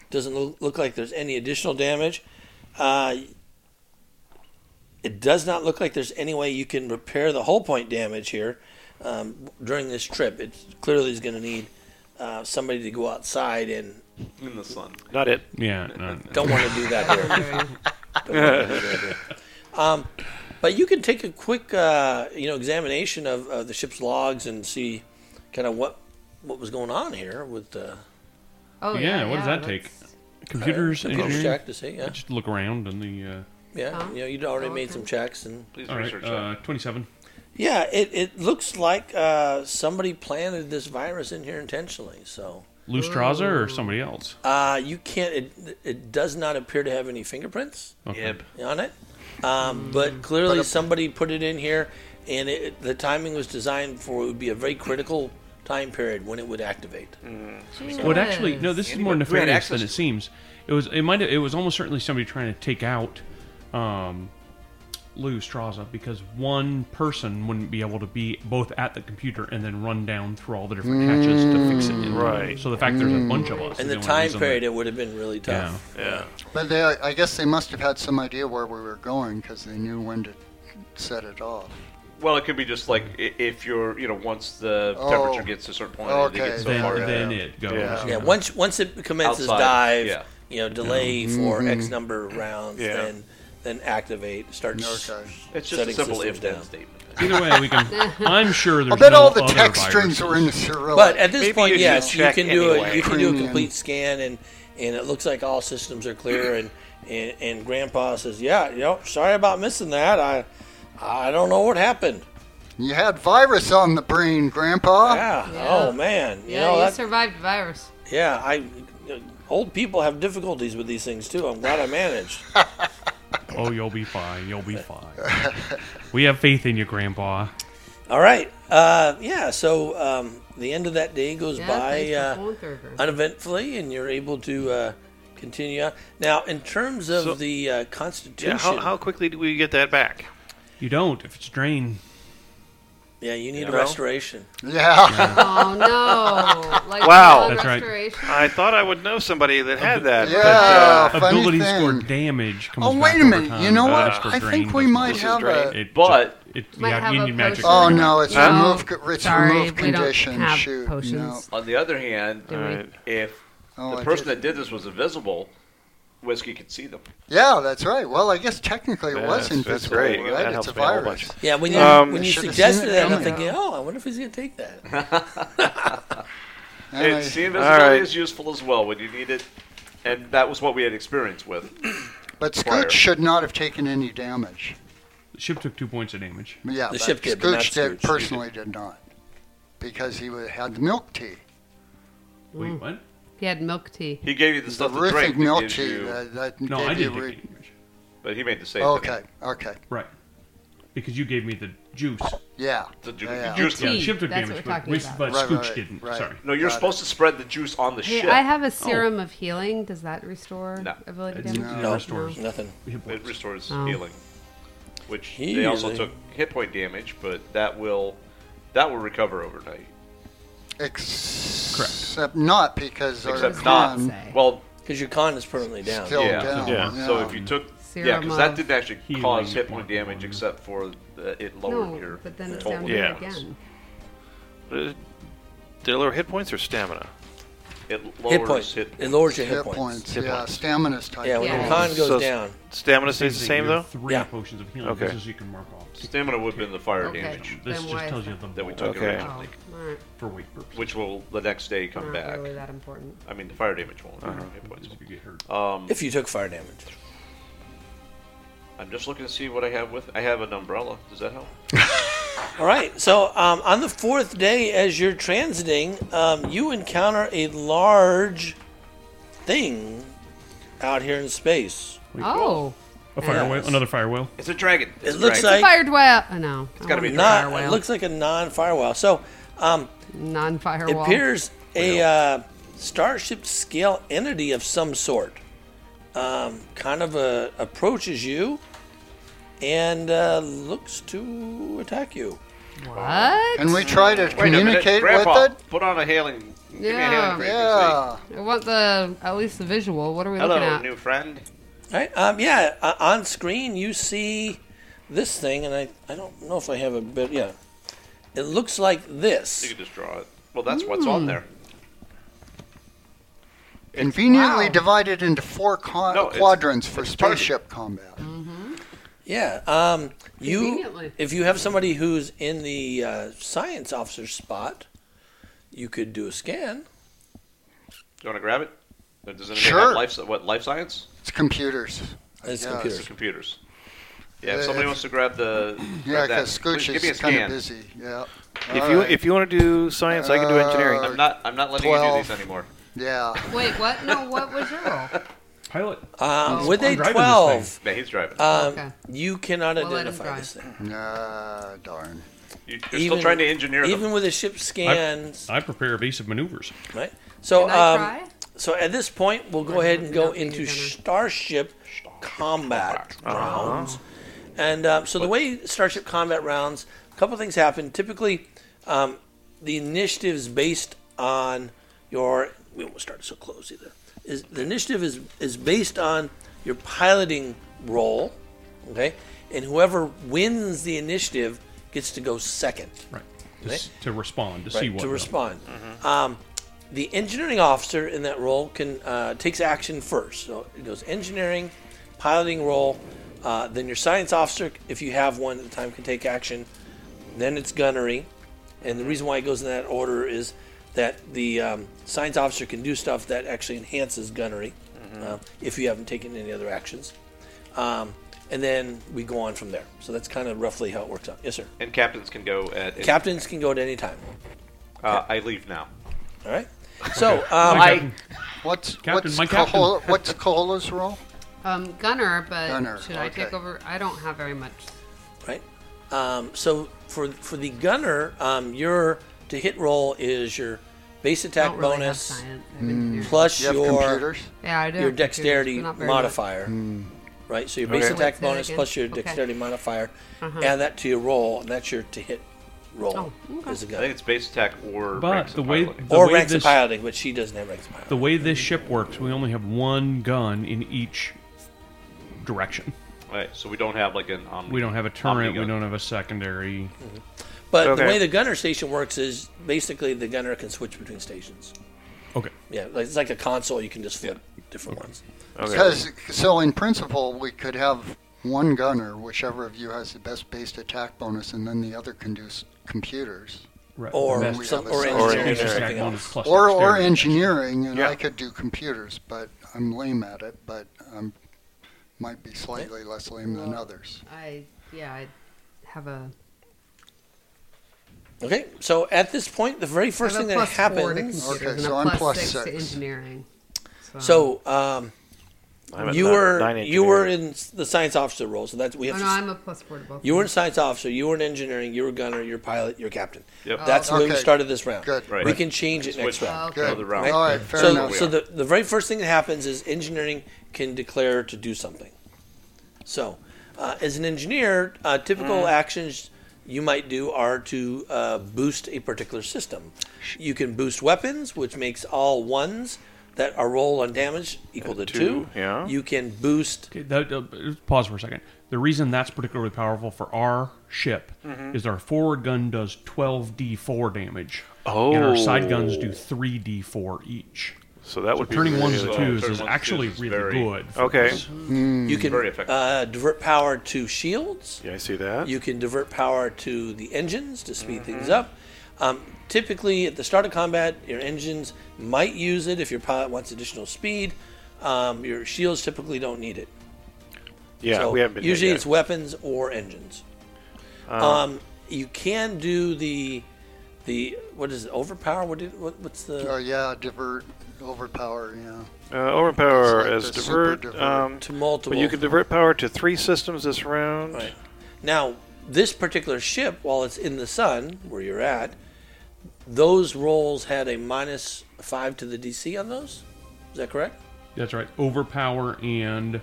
doesn't loo- look like there's any additional damage. Uh, it does not look like there's any way you can repair the hull point damage here um, during this trip. It clearly is going to need uh, somebody to go outside and in the sun. Not it. Yeah. uh, no. don't want to do that here. Um, but you can take a quick, uh, you know, examination of uh, the ship's logs and see kind of what what was going on here with uh, Oh, Yeah, what does that take? that's- Computers, the engineering. uh, check to see. Yeah, Just look around and the. Uh, yeah. Huh? You know, you'd already Oh, made okay. some checks and Please all right, research uh, twenty-seven. yeah, it, it looks like uh, somebody planted this virus in here intentionally. So Lustraza or somebody else? uh, you can't. It, it does not appear to have any fingerprints that. Okay. Yep. on it, um, but clearly somebody put it in here, and it, the timing was designed for it would be a very critical time period when it would activate. Well, it actually, no. This is more Anybody- who had nefarious than it access- seems. It was. It might. have- It was almost certainly somebody trying to take out, um, Lou Straza because one person wouldn't be able to be both at the computer and then run down through all the different hatches to fix it. in. Right. So the fact there's a bunch of us. In is the only time reason that- period, it would have been really tough. Yeah. But they, I guess they must have had some idea where we were going because they knew when to set it off. Well, it could be just like i- if you're, you know, once the Oh. temperature gets to a certain point, Okay. they get so Then, far. then it goes. Yeah. Yeah, once once it commences Outside, dive, yeah. Mm-hmm. you know, delay for X number of rounds, Yeah. then then activate, start s- Okay. It's just a setting simple systems if then down. statement. Either way, we can. I'm sure there's. I bet no all the other text strings viruses. were in the Cyrillic. But at this Maybe point, you should yes, you check can do a anyway. you can do a Premium. complete scan, and and it looks like all systems are clear, and and, and Grandpa says, yeah, you know, sorry about missing that. I I don't know what happened. you had virus on the brain, Grandpa. Yeah. Yeah. Oh man. You Yeah, know you that, survived virus. Yeah. I. Old people have difficulties with these things too. I'm glad I managed. Oh, you'll be fine. You'll be fine. we have faith in you, Grandpa. All right. Uh, yeah. So um, the end of that day goes Yeah, by thanks for uh, pulling through, Grandpa. uneventfully, and you're able to uh, continue. On. Now, in terms of So- the uh, Yeah. Constitution, How, how quickly do we get that back? You don't if it's drained. Yeah, you need You a know? restoration. Yeah. Oh no! Like Wow. beyond That's right. restoration. I thought I would know somebody that had that. Yeah. But, uh, funny Ability score thing. damage comes Oh, back wait a over minute. You time. know what? Damage per I think drain we does- might is have drain. a. It, But- it, Might yeah, have you a need magic. potion. Oh no, it's No. remove. It's Sorry, remove we don't condition. have Shoot. potions. On the other hand, Do we? Alright. if No. Oh, the I person did- that did this was invisible, Whiskey could see them. Yeah, that's right. Well, I guess technically it was That's- invisible, that's great. That right? It's helps a me a whole virus. Yeah, when you Um, when you Should've suggested seen it that, I'm coming. thinking, oh, I wonder if he's gonna take that. And It's- I- see, invisibility Alright. is useful as well when you need it, and that was what we had experience with. but Fire. Scooch should not have taken any damage. The ship took two points of damage. Yeah, The but ship did, but not Scooch did Scooch. personally did not because he wa- had the milk tea, Wait, what? He had milk tea. He gave you the, the stuff to drink, horrific that milk gives tea you- that, that No, gave I you. didn't take re- any damage. but he made the save. didn't he? okay, okay, Right. Because you gave me the juice. yeah, The ju- yeah. juice- Yeah, the Oh, Tea, ship took that's damage, what we're but, talking whis- about. but Right, Scooch right, didn't. right. Sorry. No, you're Got it. supposed to spread the juice on the Hey, ship. I have a serum of healing. Does that restore No. ability It damage? never No. restores Nothing. hit It points. restores Oh. healing, which He they also usually- took hit point damage, but that will that will recover overnight. Except not because our Except not- con Say. Well, Because your con is permanently down. still Yeah. down. Yeah. so if you took yeah, Serum because that of didn't actually healing cause hit point point damage damage. except for the, it lowered No, your but then it's total down Yeah. here damage. again. uh, Did it lower hit points or stamina? It lowers Hit points. It lowers your hit, hit points. points, Hit yeah, points. stamina's tight. Yeah, when Yeah. your con goes So- down. Stamina stays the Basically, same you though. have Three Yeah. potions of healing. Okay. This is you can mark off. Stamina would have been the fire Okay. damage This Then why just is tells you that? the that we bulk took Okay. Oh, originally, all right. for weight purposes. which will the next day come Not back. really that important. I mean, the fire damage won't. Uh-huh. Hit points. If you get hurt. If you took fire damage. I'm just looking to see what I have with. I have an umbrella. Does that help? All right. So um, on the fourth day, as you're transiting, um, you encounter a large thing out here in space. Oh, A fire whale. Another fire whale. It's a dragon. It's It a looks dragon. like fired whale. Oh, no, it's gotta be a not. It looks like a non-fire whale. So um, it non-firewall. appears a uh, starship scale entity of some sort um, kind of uh, approaches you and uh, looks to attack you. What? And we try to Wait a minute, communicate with Grandpa, it. Put on a hailing. Give me a Yeah. hailing frequency. Yeah, I want the at least the visual. What are we looking Hello, at? new friend. All right. Um, yeah. Uh, on screen, you see this thing, and I, I don't know if I have a bit. Yeah. It looks like You this. can just draw it. Well, that's what's Mm. on there. conveniently Wow. divided into four con- No, it's- quadrants for it's target. spaceship combat. Yeah. Um, you, Conveniently. if you have somebody who's in the uh, science officer spot, you could do a scan. Do you want to grab it? Or Does anybody Sure. have life, what, life science? It's computers. I It's guess. computers. It's computers. Yeah, if Uh, somebody if- wants to grab the. Yeah, grab that, because Scooch please give me a is kind of scan. busy. Yeah. If All you right. if you want to do science, I can Uh, do engineering. I'm not, I'm not letting you do 12. these anymore. yeah. Wait, what? No, what was your role? Pilot. Um, with a I'm driving this thing. twelve, Yeah, he's driving. um, Okay. you cannot We'll let him identify drive. this thing. Nah, darn. You- You're still trying to engineer even them. with a ship scan, I prepare evasive maneuvers. right? So, Can I um, try? so at this point, we'll go ahead and go Nothing into is gonna- Starship Combat rounds. And um, so the way Starship Combat rounds, a couple things happen. Typically, um, the initiative is based on your. We won't start so close either. Is the initiative is is based on your piloting role, okay? And whoever wins the initiative gets to go second Right. To, s- to respond. To see right, what. to will. respond. Um, the engineering officer in that role can uh, takes action first. So it goes engineering, piloting role, uh, then your science officer, if you have one at the time, can take action. Then it's gunnery, and the reason why it goes in that order is that the um, science officer can do stuff that actually enhances gunnery uh, if you haven't taken any other actions. Um, and then we go on from there. So that's kind of roughly how it works out. Yes, sir. And captains can go at. Captains can go at any time. uh, I leave now. All right. So um, Oh, I, What's Captain, what's, my captain. Cahola- what's Cahola's role? Um, Gunner, but Gunner, should I take okay. over? I don't have very much. right? Um, so for for the gunner, um, your to hit roll is your base I attack don't really have bonus science. I have Hmm. engineering. plus You have your computers. yeah, I do your have computers, dexterity but not very modifier, Hmm. right? So your base Okay. attack What's that bonus again? plus your Okay. dexterity modifier, add that to your roll, and that's your to hit roll Oh, okay. is a I gun. think it's base attack or But ranks the of way piloting. the Or way ranks this, of piloting, but she doesn't have ranks of the piloting. way this ship works, we only have one gun in each direction. Right, so we don't have like an omni. We don't Oh, have a turret. We omnigun. don't have a secondary. But the Okay. way the gunner station works is basically the gunner can switch between stations. Okay. Yeah, like, it's like a console. You can just flip different ones. Because so in principle, we could have one gunner, whichever of you has the best based attack bonus, and then the other can do s- computers Right. Or That's- we some, have a or second engineering or that's engineering. something attack bonus else. plus or or dexterity. engineering, and I Yeah. could do computers, but I'm lame at it. But um, might be slightly less lame than others. I yeah, I have a Okay, so at this point, the very first I have thing a that plus four to happens. computers Okay, and a so I'm plus six, to six. engineering. Oh, So um, I'm at you nine- were nine you were engineering. in s- the science officer role, so that's we oh, have. no, to, s- I'm a plus four to both. you were of in science officer. You were in engineering. You were gunner. You're pilot. You're captain. Yep. That's Oh, where we Okay. started this round. Good. Right. We can change it next Switch round. Okay. another round. Right? All right, fair so, enough. so the, the very first thing that happens is engineering can declare to do something. So, uh, as an engineer, uh, typical actions you might do are to uh, boost a particular system. You can boost weapons, which makes all ones that are roll on damage equal to two. two, yeah. You can boost Okay, that, uh, pause for a second. The reason that's particularly powerful for our ship Mm-hmm. is our forward gun does 12d4 damage. And our side guns do Oh. 3d4 each. So that would be Turning really ones good. and So twos turning is ones and actually twos is really very- good. for Okay. us. you can Very effective. uh, divert power to shields. Yeah, I see that. You can divert power to the engines to speed things Mm-hmm. up. Um, typically, at the start of combat, your engines might use it if your pilot wants additional speed. Um, your shields typically don't need it. yeah, So we haven't been Uh-huh. there usually yet. it's weapons or engines. um, you can do the the what is it? Overpower? What, did, what what's Oh the yeah, divert, overpower. Yeah. uh, overpower It's like as the super divert. divert. Um, to but multiple? you can divert power to three systems this round. Right. Now, this particular ship, while it's in the sun where you're at, those rolls had a minus five to the DC on those. Is that correct? That's right. Overpower and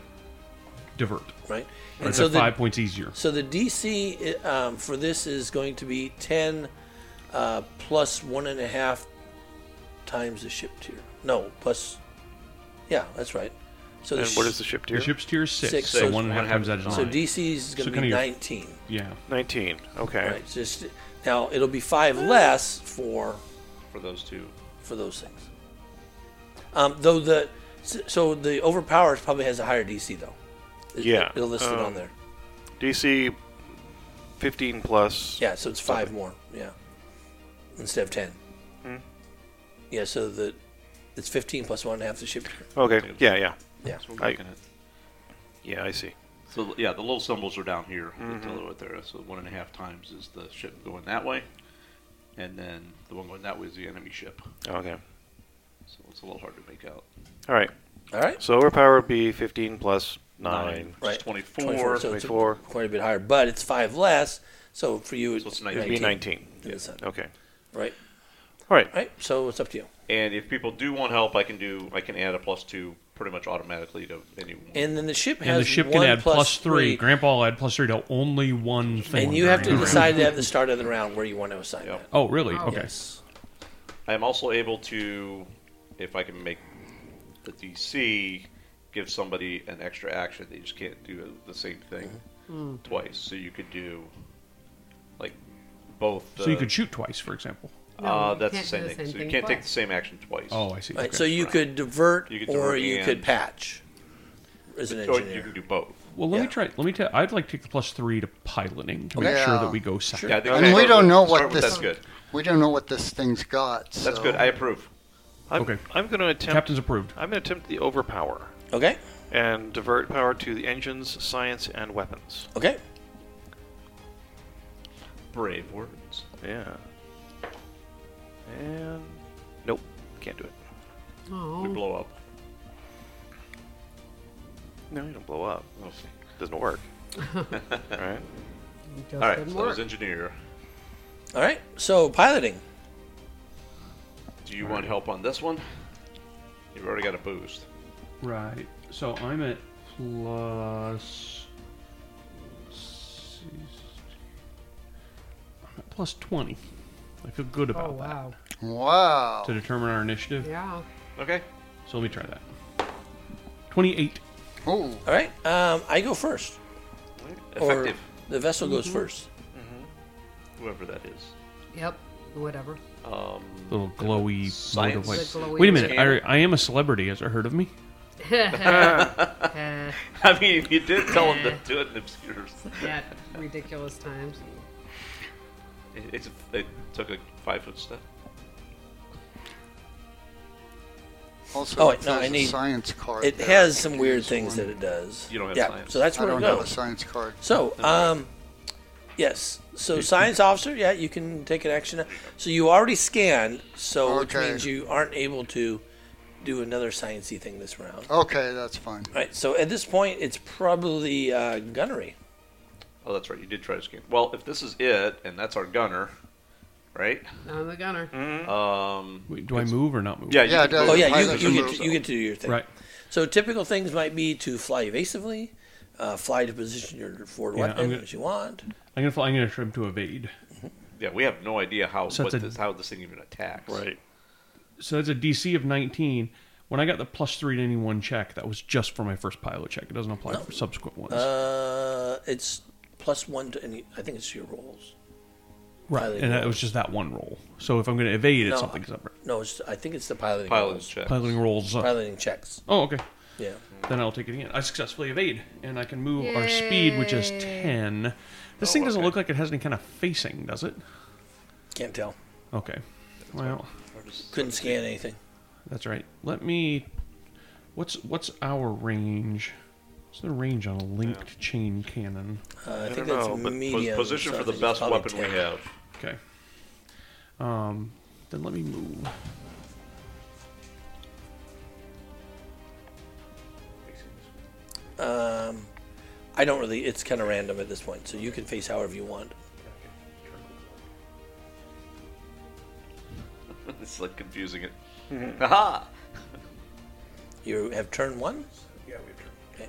divert. Right. Right, And so that five the, points easier. so the DC i- um, for this is going to be ten uh, plus one and a half times the ship tier. No, plus. Yeah, that's right. So And sh- what is the ship tier? The ship's tier is six, Six, so, so one and a half one times that half- is So nine. DC is going to So kinda be your- nineteen. yeah. 19. Okay. Right. So it's- now it'll be five less for for those two. for those things. Um, though the s- so the overpowers probably has a higher DC though. It- Yeah, it'll list it um, on there. DC 15 plus. Yeah, so it's five more. Yeah, instead of ten. Yeah, so the it's fifteen plus one and a half the ship. tier. Okay. Yeah, yeah. Yeah, That's what I- we're looking at. Yeah, I see. So yeah, the little symbols are down here. They tell you what they're. So one and a half times is the ship going that way, and then the one going that way is the enemy ship. Okay. So it's a little hard to make out. All right. all right, So overpower would be 15 plus 9. It's right. 24. 24, so Twenty-four. it's a, quite a bit higher, but it's five less. So for you, So it's nineteen. It'd be 19. in the sun. Okay. Right, All right. right. So it's up to you. And if people do want help, I can do. I can add a plus two pretty much automatically to anyone. And then the ship has And the ship one can add plus plus three, three. Grandpa will add plus three to only one thing. and you have to during the round. decide at the start of the round where you want to assign Yep. that. Oh, really? Oh. Okay. Yes. I am also able to, if I can make the DC, give somebody an extra action. They just can't do the same thing Mm-hmm. twice. So you could do, like, both. So you the- could shoot twice, for example. uh, No, that's you the can't do same the thing. same so you thing can't take twice. the same action twice. Oh, I see. Right, okay. so you could divert, You could or divert you and- could patch as an Or you engineer. can do both. Well, let me Yeah. try. Let me. Ta- I'd like to take the plus three to piloting to Okay. make sure Yeah. that we go second. Yeah, I think And I we start don't with- know what start with this- That's good. We don't know what this thing's got. So. That's good. I approve. I'm, Okay. I'm going to attempt. Captain's approved. I'm going to attempt the overpower Okay, and divert power to the engines, science, and weapons. okay. Brave words. Yeah. And nope, can't do it. We Oh, blow up. No, you don't blow up. Oh, Okay. Doesn't work. All right. just All right. didn't So that work. was engineer. All right, so piloting. Do you want help on this one? You've already got a boost. Right. So I'm at plus. I'm at plus 20. I feel good about Oh wow. Wow. that to determine our initiative. Yeah. Okay. So let me try that. 28. Oh, All right. Um, I go first. Effective. Or the vessel Mm-hmm. goes first. Whoever that is. Yep. Whatever. Um, Little glowy. Science. white- The glowy Wait a minute. scanner. I, I am a celebrity. Has it heard of me? Uh, I mean, you did tell him to do it in obscure. yeah. Ridiculous times. It, it's, it took a five foot step. also Oh, wait, it no, has I a need- science card. It there. has I some could weird use things one. that it does. You don't have yeah, science. So that's I where don't it have a goes. science card. So, um, yes. So science officer, yeah, you can take an action. So you already scanned, so which Okay. means you aren't able to do another sciencey thing this round. Okay, that's fine. All right. So at this point, it's probably uh, gunnery. Oh, that's right. You did try to scan. Well, if this is it, and that's our gunner, right? I'm a gunner. Mm. Um, Wait, do I move or not move? yeah. You Yeah, it can does. go- Oh yeah, you, Pilot you get removal. to, you get to do your thing. Right. So typical things might be to fly evasively, uh, fly to position your forward Yeah, I'm weapon gonna- as you want. I'm gonna fly- I'm gonna try to evade. Yeah, we have no idea how So what it's a- this, how this thing even attacks. So that's a DC of 19. When I got the plus three to any one check, that was just for my first pilot check. It doesn't apply for subsequent ones. Uh, it's plus one to any. I think it's your rolls. right. pilot And that roll. was just that one roll. So if I'm gonna evade, it's No, something separate. No, it's, I think it's the piloting. Pilot's rolls. check. Piloting rolls. uh, Piloting checks. Oh, okay. Yeah. Then I'll take it again. I successfully evade, and I can move our speed, which is 10. Oh, This thing doesn't okay. look like it has any kind of facing, does it? Can't tell. Okay. Well, Couldn't scan anything. that's right. Let me. What's what's our range? What's the range on a linked chain cannon? Uh, I, think don't that's know, but Pos- medium. position so I for the think it's best probably weapon 10. we have. Okay. Um, then let me move. Um, I don't really. It's kind of random at this point, so you can face however you want. it's like confusing it. Aha! You have turn one. Yeah, we Okay. have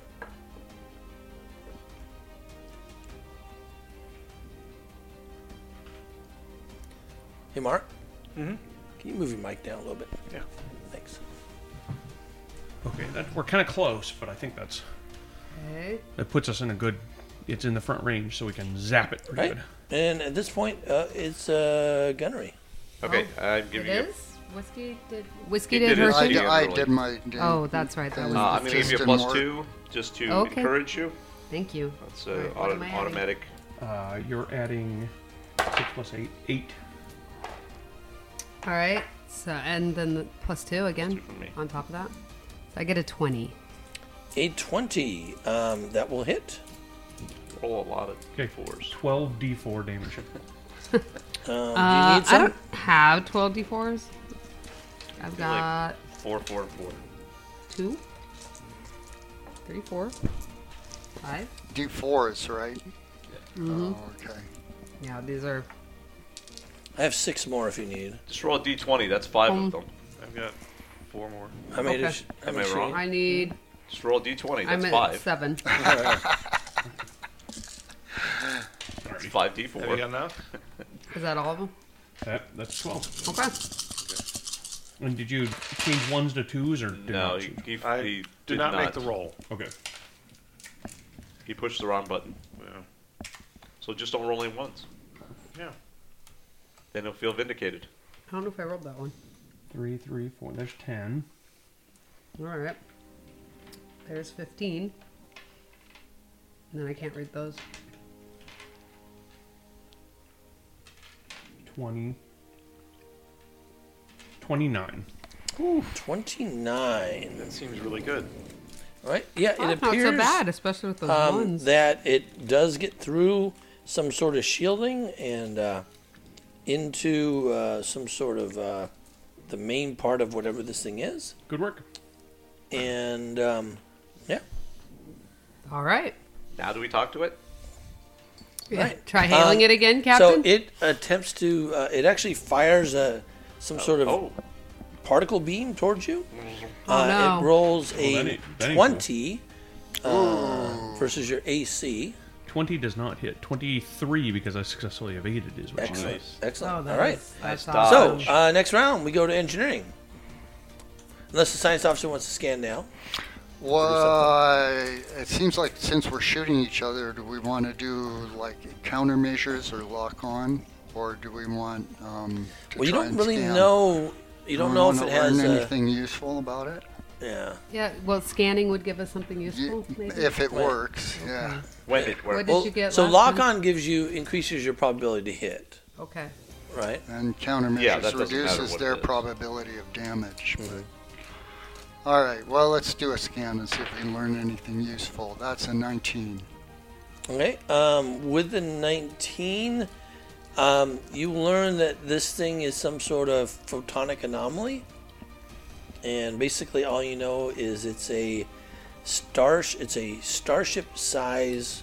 Hey, Mark. Mm-hmm. Can you move your mic down a little bit? Yeah. Thanks. Okay, that, we're kind of close, but I think that's Okay. that puts us in a good. It's in the front range, so we can zap it pretty Right. good. And at this point, uh, it's uh, gunnery. Okay, I'm Oh, It giving you. is? Whiskey did. Whiskey It did, did her it. I, thing? did, Yeah, I really. did my. Did, Oh, that's right. That was. Uh, I'm going It to give just you a didn't plus work. two just to Okay. encourage you. Thank you. That's All uh, right, what auto- am I adding? automatic. Uh, you're adding six plus eight, eight. All right. So and then the plus two again Plus two from me. on top of that. So I get a twenty. A twenty. Um, that will hit. Roll a lot of Okay. fours. 12 d4 damage. Um, do you Uh, need I some? don't have twelve d fours. I've feel like- got Four, four, and four. two, three, four, five. D4s, right? Oh, okay. Yeah, these are I have six more if you need. Just roll a d20. That's five Um, of them. I've got four more. I made Okay. it. Am I wrong? I need. Just roll a d20. I'm That's at five. seven. That's five Have you got d4. enough? Is that all of them? that, that's 12. Okay. And did you change ones to twos or did No, not he, change? he, I he did, did not, make the roll. Okay. He pushed the wrong button. Yeah. So just don't roll any ones. Yeah. Then he'll feel vindicated. I don't know if I rolled that one. Three, three, four. There's 10. All right. There's 15. And then I can't read those. 20. 29. Twenty-nine. That seems really good. All Right? Yeah. Oh, it not appears so bad, especially with those um, ones. that it does get through some sort of shielding and uh, into uh, some sort of uh, the main part of whatever this thing is. Good work. And um, yeah. All right. Now do we talk to it? Yeah. Right. Try hailing Um, it again, So Captain. it attempts to. Uh, it actually fires a some sort of Oh, particle beam towards you. Oh, uh, no. It rolls that a ain't- that ain't twenty uh, versus your AC. Twenty does not hit. Twenty-three because I successfully evaded is what she Excellent. does. Oh, Excellent. that All right. is- that's Nice So awesome. uh, next round we go to engineering. Unless the science officer wants to scan now. Well, it seems like since we're shooting each other, do we want to do like countermeasures or lock on, or do we want? Um, to Well, you try don't and really scan? know. You Do don't we know if wanna it has. learn A, anything useful about it. yeah. yeah, well, scanning would give us something You- useful. maybe. if it works, yeah. When it what works. did you get? so last lock time? on gives you increases your probability to hit, Okay. right? And Yeah, that countermeasures doesn't matter reduces what their it is. probability of damage. Mm-hmm. but- All right. Well, let's do a scan and see if we can learn anything useful. That's a 19. Okay. Um, with the 19, um, you learn that this thing is some sort of photonic anomaly. And basically, all you know is it's a star. It's a starship size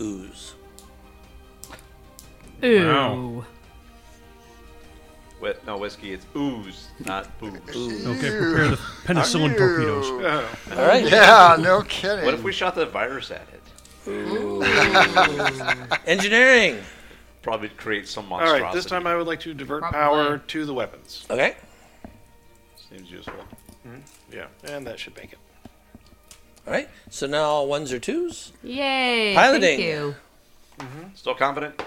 ooze. Ooh. Wow. Whi- no whiskey, it's ooze, not booze. Okay, prepare the penicillin torpedoes. All right. Yeah. No kidding. What if we shot the virus at it? Engineering. Probably create some All monstrosity. right, this time I would like to divert Probably. power to the weapons. Okay. seems useful. Yeah, and that should make it. All right. So now all ones or twos. Yay. Piloting. Thank you. Still confident?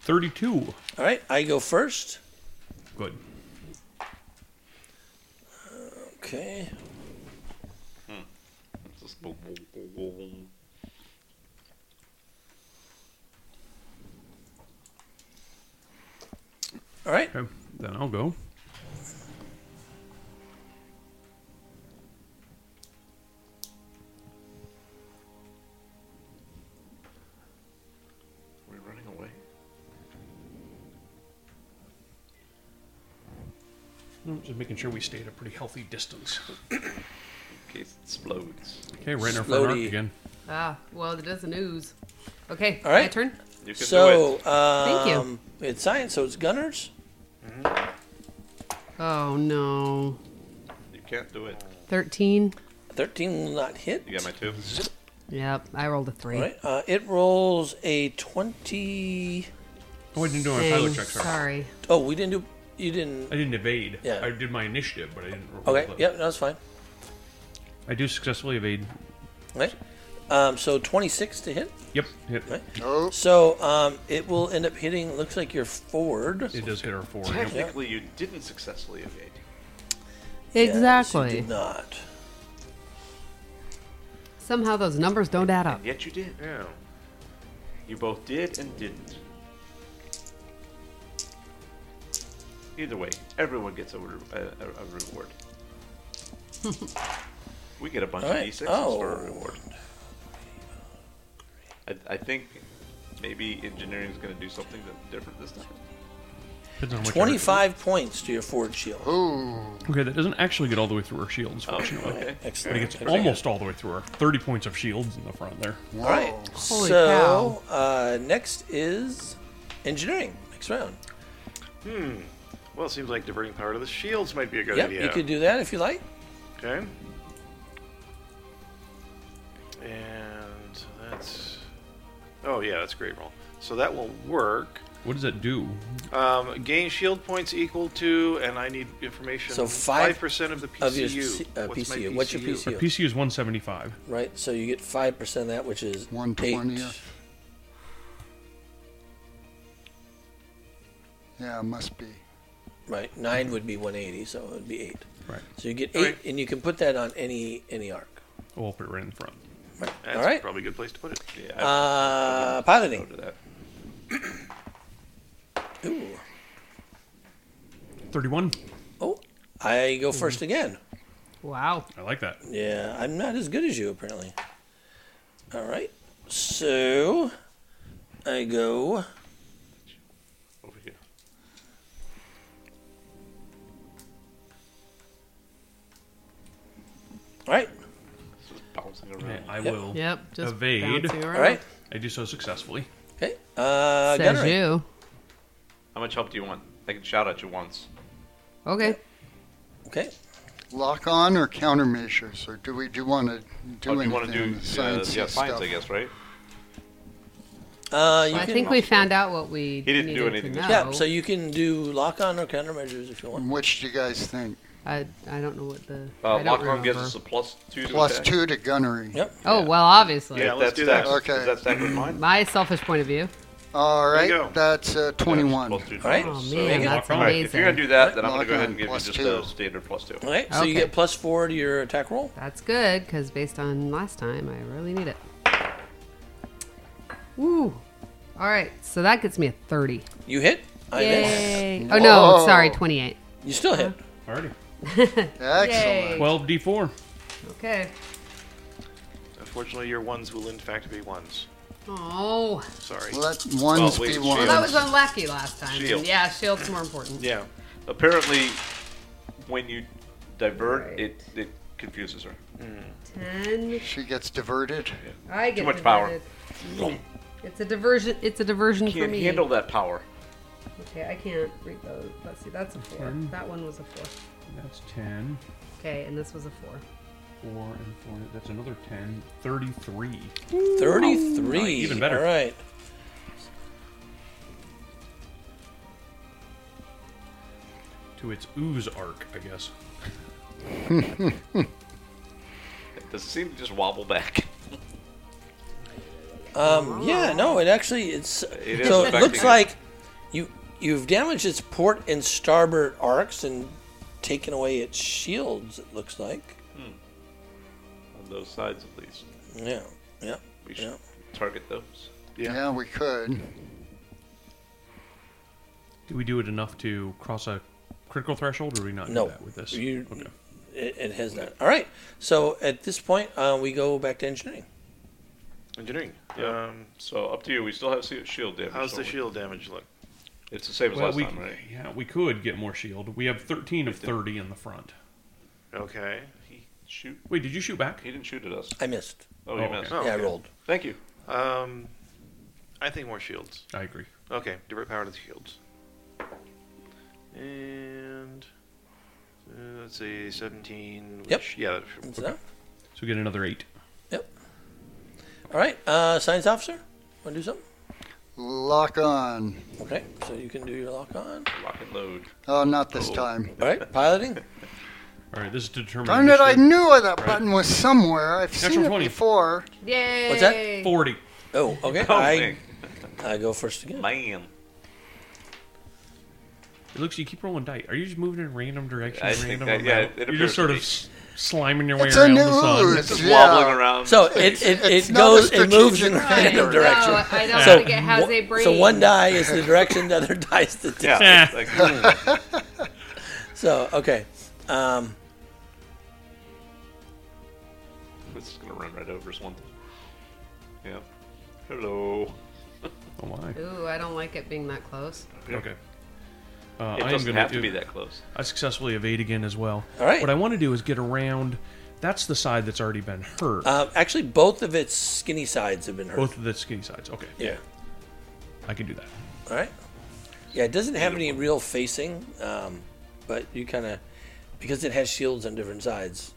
Thirty-two. All right. I go first. Good. Okay. It's just boom, boom, boom, boom. All right. Okay, then I'll go. We're running away. Just making sure we stay at a pretty healthy distance. In case it explodes. Okay, right in our front arc Slowly. again. Ah, well, it doesn't ooze. Okay. All right. My turn. You can do So it. um, Thank you. It's science, so it's gunners. Oh no. You can't do it. Thirteen. Thirteen will not hit. You got my two? Yep. I rolled a three. All right. Uh, it rolls a twenty. Oh, I didn't do my Dang, pilot check. Sorry. sorry. Oh, we didn't do. You didn't. I didn't evade. Yeah. I did my initiative, but I didn't. roll Okay. it. Yep. No, that's fine. I do successfully evade. Right. Um, so twenty-six to hit. Yep. Hit. Right. Oh, So um, it will end up hitting. Looks like you're forward. It does hit our four. Yep. Technically, you didn't successfully evade. Yes, you Exactly. did not. Somehow those numbers don't add up. And yet you did. Yeah. You both did and didn't. Either way, everyone gets a, re- a, a, a reward. we get a bunch Alright, of d6s for oh. a reward. I, I think maybe engineering's going to do something that- different this time. Depends on which Twenty-five points to your forward shield. arc. Okay, that doesn't actually get all the way through our Oh, shields, fortunately. Okay. But it Excellent. gets almost all the way through our 30 points of shields in the front there. All right. Holy so Uh, next is engineering. Next round. Well, it seems like diverting power to the shields might be a good Yep. idea. You could do that if you like. Okay. And so that's. Oh yeah, that's a great roll. So that will work. What does it do? Um, gain shield points equal to, and I need information. So five percent of the PCU. of your C- uh, What's my PCU. What's your PCU? PC is 175. Right. So you get five percent of that, which is One eight. twentieth. yeah, it must be. Right. Nine would be one eighty, so it would be eight. Right. So you get eight, Alright. and you can put that on any any arc. Oh, I'll put it right in the front. That's All right. probably a good place to put it. Yeah, I Uh, go piloting. to that. Ooh. 31. Oh, I go first again. Wow. I like that. Yeah, I'm not as good as you apparently. All right. So I go. Over here. All right. It's just bouncing around. Okay, I Yep. will. Yep. Just Evade. bouncing around. All right. I do so successfully. Okay. Uh, Says gunnery. you. Oh, How much help do you want? I can shout at you once. Okay. Okay. lock on or countermeasures, or do we do want to Oh, do do you anything? want to do with uh, science yeah, and science, stuff? I guess, right? Uh, you I can, think we found out what we didn't do needed anything To this know. yeah, so you can do lock on or countermeasures if you want. Which do you guys think? I, I don't know what the Uh, I don't lock on gives remember. us a plus two. To Plus attack. two to gunnery. Yep. Oh well, obviously. Yeah, Yeah, let's that's do that. stacked- Okay. Is that stacked with mine? My selfish point of view. All There you right, go. that's uh, twenty-one. Plus two to All right. mine. Oh, So- man, that's All right, if you're gonna amazing. do that, then I'm gonna Lock go ahead on, and give you plus just two. a standard plus two. All right, so you Okay. get plus four to your attack roll. That's good because based on last time, I really need it. Ooh. All right, so that gets me a thirty. You hit. I miss. Yay! Oh no, Whoa. sorry, twenty-eight. You still hit. Alrighty. Excellent. 12d4. Okay. Unfortunately, your ones will in fact be ones. Oh, Sorry. Let ones Oh, wait, be shield. ones. that was unlucky last time. Shield. Yeah, shield's more important. Yeah. Apparently, when you divert, it it confuses her. Ten. She gets diverted. I get much power. diverted. It's a diversion. It's a diversion for Can't me. handle that power. Okay, I can't read those. Let's see. That's a four. That one was a four. That's 10. Okay, and this was a four. 4 and 4. That's another 10. 33. 33. even better. All right. To its ooze arc, I guess. Does it seem to just wobble back? Um, yeah, no, it actually it's It is so it affecting looks it. like you you've damaged its port and starboard arcs and taken away its shields. It looks like. On those sides, at least. Yeah, yeah, We should yeah. target those. Yeah. we could. Do we do it enough to cross a critical threshold, or do we not No, do that with this? you- Okay. It, it has that. All right. So at this point, uh, we go back to engineering. Engineering. Yeah. Um, So up to you. We still have se- shield damage. how's the don't we? shield damage look? It's the same as Well, last we, time, right? yeah, we could get more shield. We have 13 of 30 in the front. Okay. He shoot. Wait, did you shoot back? He didn't shoot at us. I missed. Oh, you Oh, missed. okay. yeah, Okay. I rolled. Thank you. Um, I think more shields. I agree. Okay, divert power to the shields. And uh, let's see, seventeen. Yep. Which, Yeah. Is okay. that- So we get another 8. All right. Uh, science officer, want to do something? Lock on. Okay. So you can do your lock on. Lock and load. Oh, not this Oh. time. All right. Piloting. All right, this is to determine. Darn it, I initiative. knew that button was somewhere. I've seen Natural it 20. before. Yay! What's that? 40. Oh, okay. Oh, I man. I go first again. Man. It looks you keep rolling dice. Are you just moving in random directions? I think random that- on yeah, map? it You're appears just to sort of be. s- slimming your way It's a around new the sun. ooze. It's just Yeah. wobbling around. So it, it, it's it not a goes and moves in strategic random plan. direction. No, I don't So- think it has a Wha- brain. So one die is the direction the other die is the yeah. distance. it's like, mm. So okay, um, It's just gonna run right over us one. Yeah. Hello. Oh my. Ooh, I don't like it being that close. Okay. It Uh, I am doesn't going have to be that close. I successfully evade again as well. All right. What I want to do is get around. That's the side that's already been hurt. uh, actually both of its skinny sides have been hurt. Both of the skinny sides. Okay. Yeah. I can do that. All right. Yeah, it doesn't have any real facing, um, but you kind of because it has shields on different sides.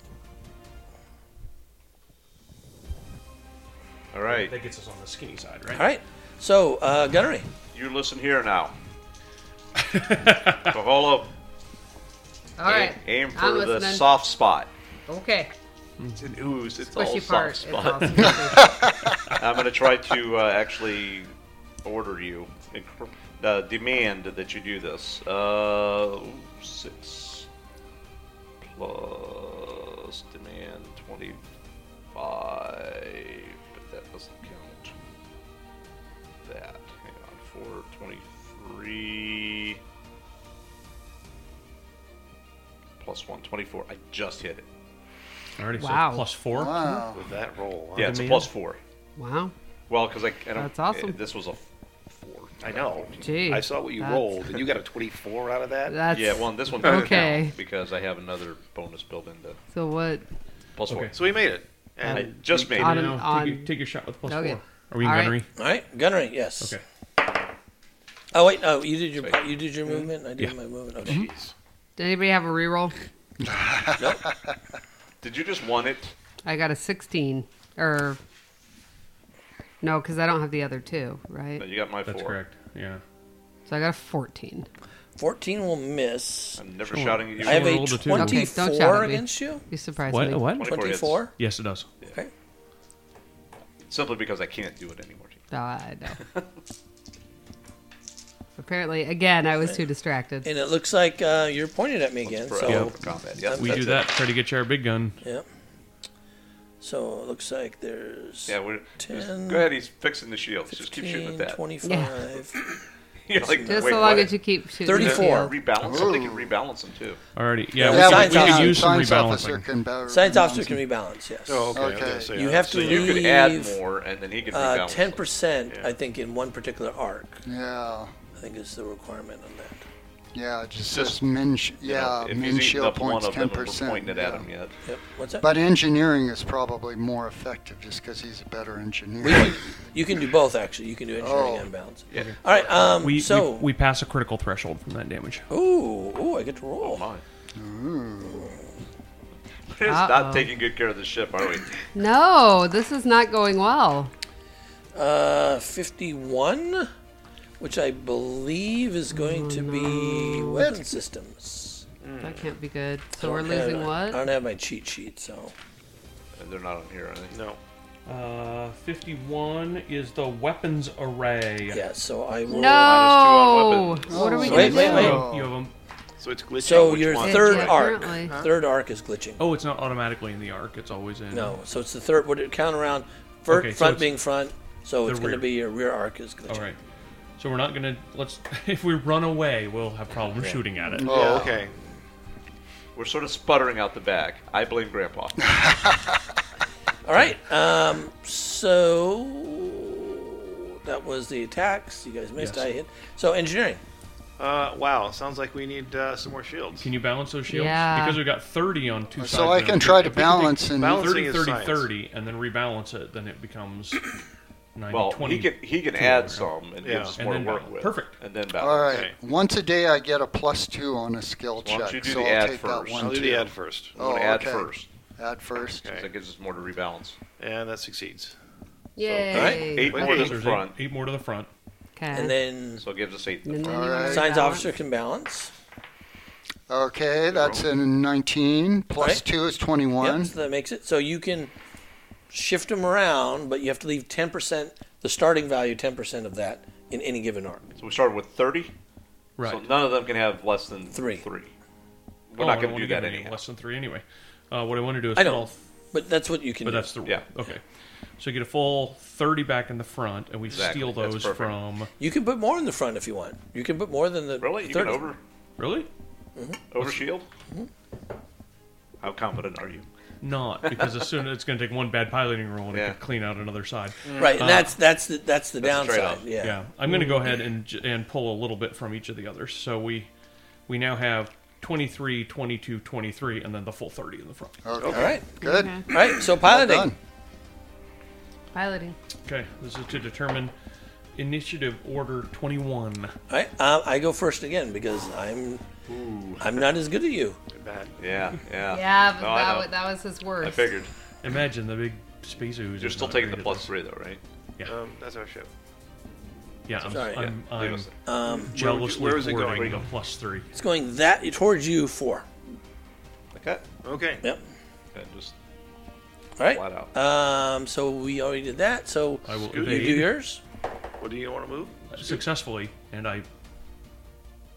All right. That gets us on the skinny side, right? All right. So uh, gunnery. You listen here now. so hold up. All right. Aim I'm for the listening. soft spot. Okay. It's an ooze. It's all Squishy soft part. It's spot. awesome. Okay. I'm gonna try to uh, actually order you, inc- uh, demand that you do this. Uh, ooh, six plus demand twenty-five, but that doesn't count. That hang on four twenty-three plus one twenty-four. I just hit it. Alrighty. Wow. So plus four. Wow. With that roll. huh? Yeah, it's a Demand? plus four. wow. Well, because I, I don't. That's awesome. eh, this was a f- four. I know. Gee, I saw what you that's- rolled, and you got a 24 out of that. That's yeah, well, this one doesn't Okay. count because I have another bonus built into So what? plus four. Okay. So we made it. And I just made On it. an- Now, on- Take, your, take your shot with plus Okay. four. Are we in All right. gunnery? All right, gunnery. Yes. Okay. Oh wait, oh you did your Sweet. Mm-hmm. Mm-hmm. you did your movement. I did my movement. Okay. Did anybody have a reroll? Did you just want it? I got a 16. Or. No, because I don't have the other two, right? No, you got my That's four. correct. Yeah. So I got a 14. 14 will miss. I'm never shouting at you. I have a Mm-hmm. rolled a two. Okay, 24 don't shout at me. against you. You surprised What? me. What? 24 hits. 24? Yes, it does. Okay. Simply because I can't do it anymore. No, I know. Apparently, again, I was too distracted. And it looks like uh, you're pointing at me again. For, So, uh, for combat. Yep, We that's do it. that. Try to get you our big gun. yeah. So it looks like there's Yeah, we're just, 10, go ahead. He's fixing the shield. just keep shooting 15, at that. 25. You're like, Just wait, so long what? as you keep shooting. the 34. field. rebalance them. They can rebalance them too. Already. Yeah. Yeah, science we, could, we could officer- use some science officer rebalancing. can better Science pronounce officer can it. rebalance, yes. okay, okay. so You have to Oh, You leave could add more, and then he could uh, rebalance. them. 10%, Yeah. I think, in one particular arc. Yeah, I think is the requirement on that. yeah, it just, Just, says min. Sh- You know, yeah, if min he's eaten shield up one points of them, ten and we're percent. pointing it at him yet. Yep. What's that? But engineering is probably more effective just because he's a better We engineer. can, you can do both, actually. You can do engineering Oh. and balance. Yeah. All right. Um, We, so, we, we pass a critical threshold from that damage. ooh, ooh, I get to roll. Oh my. Ooh. It's not taking good care of the ship, are we? No, this is not going well. Uh, 51, which I believe is going to Oh, be weapon systems. That can't be good. So I we're don't have- losing I what? don't have my cheat sheet, so. They're not on here, are they? No. Uh, 51 is the weapons array. Yeah, so I will. No. weapons. What are we Wait, going to wait, do? wait. You have 'em- So it's glitching. So which your one? third Yeah, arc. apparently. Huh? Third arc is glitching. Oh, it's not automatically in the arc. It's always in. No, so it's the third. Would it count around? Fir- Okay, so front it's being front, so the it's going to rear. be your rear arc is glitching. All right. So we're not gonna. Let's. If we run away, we'll have problems shooting at it. Oh, Yeah. okay. We're sort of sputtering out the back. I blame Grandpa. All right. Um, so that was the attacks. You guys missed. Yes. I hit. So engineering. Uh, wow. Sounds like we need uh, some more shields. Can you balance those shields? Yeah. Because we've got 30 on two sides. So I now. can try to If we could make balance and balance- 30, is 30, science. 30, and then rebalance it, then it becomes 90, Well, 20. he can he can two add there. some and Yeah. give us And more to then work balance. with. Perfect. And then All balance. right. Okay. Once a day, I get a plus two on a Why skill don't you check, do so the I'll ad take first? that I'll one I'll do too. the ad first, We want Oh, to add okay. first. Add first. So Okay. that gives us more to rebalance. and that succeeds. All right. Yay. Eight more to There's the eight- front. Eight, more to the front. Okay. And then So it gives us eight. to the And then front. you wanna Alright. science rebalance? officer can balance. Okay, that's a 19. Plus Alright. 2 is Yep, 21. so that makes it. So you can shift them around, but you have to leave ten percent, the starting value, ten percent of that in any given arc. So we started with thirty. Right. So none of them can have less than Three. Three. We're Oh, I not going don't to wanna do give that any anyway. Less than three anyway. Uh, what I want to do is I know, full- but that's what you can. but do. that's the rule. Yeah. Okay. So you get a full 30 back in the front, and we Exactly. steal That's those perfect. from. you can put more in the front if you want. You can put more than the Really? The You can 30. over Really? over shield? Mm-hmm. How confident are you? Not because as soon as it's going to take one bad piloting roll and Yeah. it could clean out another side. Right, and that's that's the that's the That's the downside. trade-off. yeah. Uh, Yeah, I'm going to go ahead and j- and pull a little bit from each of the others. So we we now have 23, 22, 23, and then the full 30 in the front. Okay. All right. Good. Okay. All right. So Well piloting. done. Piloting. Okay, this is to determine initiative order 21. All right. Um, I go first again because I'm I'm not as good as you. Bad. Yeah, yeah. Yeah, but No, I that, know. was, that was his worst. I figured. Imagine the big space ooze. You're is still not taking the great at plus this. three, though, right? Um, that's our ship. Yeah, I'm, Sorry, I'm, yeah. I'm Leave us jealously where was it hoarding going? the plus three. It's going that towards you four. Okay. Okay. Yep. Okay, just All right. flat out. Um. So we already did that. So I will you do evade. yours. What do you want to move? successfully, and I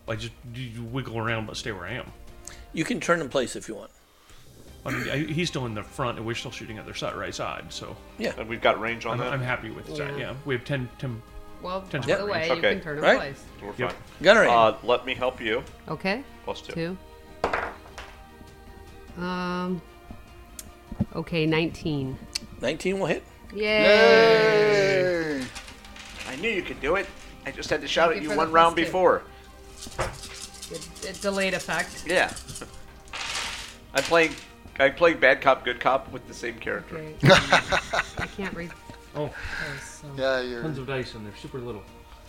I just d- wiggle around but stay where I am. You can turn in place if you want. I mean, I, he's still in the front, and we're still shooting at their side, right side. So and we've got range on I'm, that. I'm happy with that. Oh, Yeah, we have 10, 10 Well, by Tension the range. way, you Okay. can turn him Right. place. So We're Yep. fine. Gunnery. Uh, let me help you. Okay. Plus two. Two. Um. Okay, 19. Nineteen will hit. Yay! Yay. I knew you could do it. I just had to shout Thank you for the plus two. It, it delayed effect. Yeah. I'm playing. I play bad cop, good cop with the same character. Okay. I can't read Oh, those. So. Yeah, you're. tons of dice, and they're super little.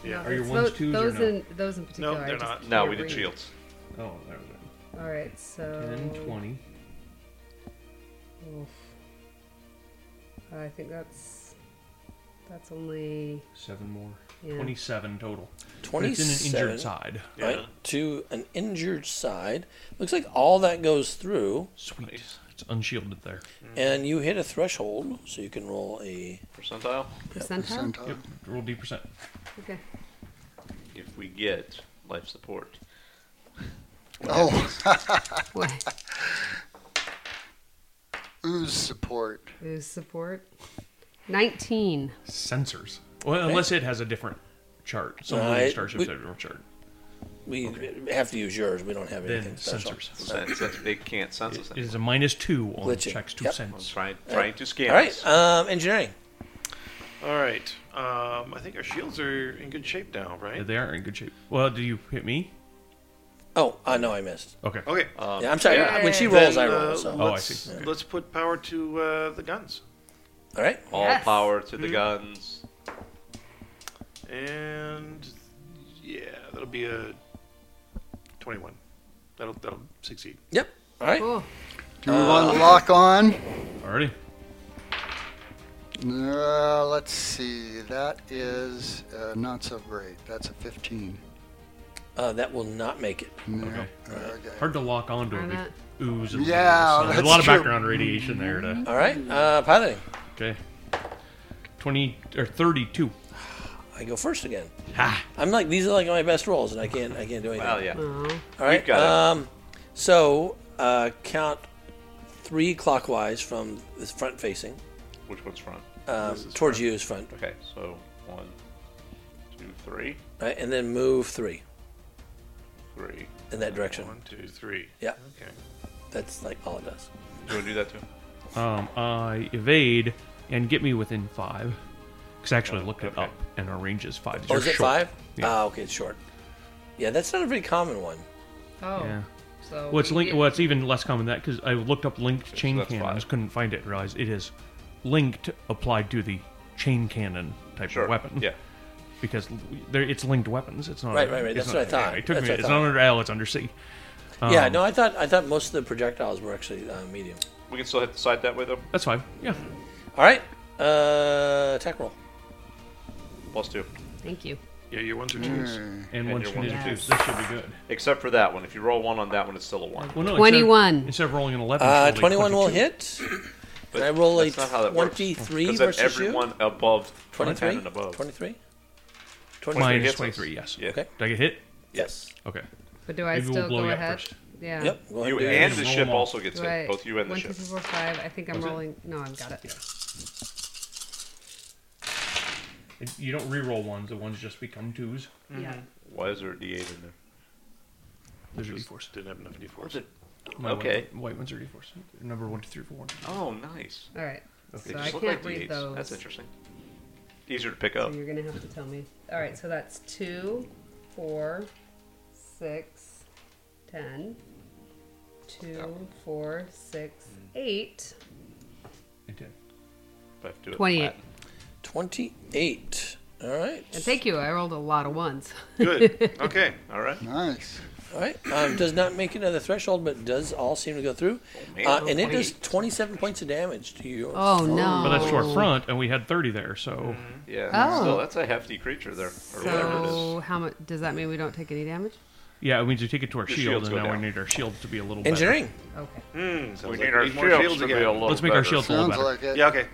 Yeah. Are your It's ones tho- twos or those no? in those in particular? No, I they're just not. No, can't we did read. shields. Oh, there we go. Oh. All right, so 10, 20. Oof. Uh, I think that's that's only Seven more. Yeah. 27 total. But Twenty-seven. It's in an injured side. Right to an injured side. Looks like all that goes through, Sweet. It's unshielded there. Mm-hmm. and you hit a threshold, so you can roll a. Percentile? percentile. Percentile. Yep. Roll D percent. Okay. If we get life support. Oh, What? ooze support. Ooze support. Nineteen. Sensors. Well, unless it has a different chart. Some of Uh, the it- starships we- have a different chart. We have to use yours. We don't have anything Then special. sensors. Sense, sense, they can't sense us It anymore. is a minus two on Glitching. checks to Yep. I'm sense. trying, trying to scan All right, us. um, engineering. All right. Um, I think our shields are in good shape now, right? They are in good shape. Well, do you hit me? Oh, I know I missed. Okay. Okay. Um, Yeah, I'm sorry. yeah. When she rolls, Then, I roll. uh, So, Uh, Oh, I let's- see. Okay. Let's put power to uh, the guns. all right. All Yes. power to the guns. And yeah, that'll be a 21. That'll that'll succeed. Yep. All right. Cool. Do we Uh, want to lock on? Already. Uh, let's see. That is uh, not so great. That's a 15. Uh, that will not make it. No. Okay. Okay. Hard to lock onto a Why big not? ooze. And Yeah, sun. There's that's a lot of true. background radiation there. To, All right. Uh, piloting. okay. 20 or 32. I go first again. Ha! I'm like these are like my best rolls, and I can't I can't do anything. Well, yeah. Oh, All right. got it. um, so uh, count three clockwise from the front facing. Which one's front? Um, towards you is front, Okay, so one, two, three, right? And then move three three. in that direction. One, two, three. Yeah, Okay. that's like all it does. You want to do that too? Um, I evade and get me within five. Because actually, I looked it Oh, okay. up, and our range is five. Oh, You're is it short. five? Yeah. Ah, okay, it's short. Yeah, that's not a very common one. Oh. Yeah. So What's we linked? get- What's even less common than that because I looked up linked chain that's cannon. I five. just couldn't find it. Realized it is linked applied to the chain cannon type Sure. of weapon. Yeah. Because l- there, it's linked weapons. It's not Right, a- right, right. it's That's not what I a- thought. anyway, it took That's me. what I It's not thought. under L. It's under C. yeah, Um, no, I thought I thought most of the projectiles were actually uh, medium. We can still hit the side that way though. That's fine. Yeah. All right, uh, attack roll. Plus two. Thank you. Yeah, your ones are twos. Mm. And once your you ones do are this twos. should be good. Except for that one. If you roll one on that one, it's still a one. Well, no, instead- 21. Instead, of rolling an eleven, Uh, it's only Twenty-one will 22. hit. And I roll a that's not how that works. twenty-three Because then versus you. everyone above 10 Twenty-three. and above. Twenty-three. Minus hits us. twenty-three. Yes. Yeah. Okay. Did I get hit? Yes. Okay. But do I Maybe we'll still blow go you up ahead? first. Yep. Yeah. Go ahead You do it. and the Normal. ship also gets Do I- hit. Both you and the one, ship. two, three, four, five. I think I'm Was it? rolling. No, I've got it. It- You don't re-roll ones. The ones just become twos. Yeah. Mm-hmm. Why is there a D8 in there? There's a Just d4s. Didn't have enough d4s. My white- Okay. White ones are d4s. Number one, two, three, four, one. Oh, nice. All right. They So I just look can't like read D8s. those. That's interesting. Easier to pick So up. you're gonna have to tell me. All right. So that's two, four, six, ten, two, four, six, Mm. eight. I did. If I have to do it in 28. Latin. Twenty-eight. All right. And thank you. I rolled a lot of ones. Good. Okay. All right. Nice. All right. Um, does not make another threshold, but does all seem to go through. man. Uh, and it does twenty-seven points of damage to you. Oh no. But that's to our front, and we had 30 there, so Yeah. Oh. Still, that's a hefty creature there. Or whatever it is. So how much does that mean? We don't take any damage? yeah, it means you take it to our Your shield, shields and go now down. we need our shields to be a little better. Engineering. Okay. Hmm, sounds We like need our need more shields to be again. a little Let's make our better. shields a little Sounds better. like it. Yeah. Okay.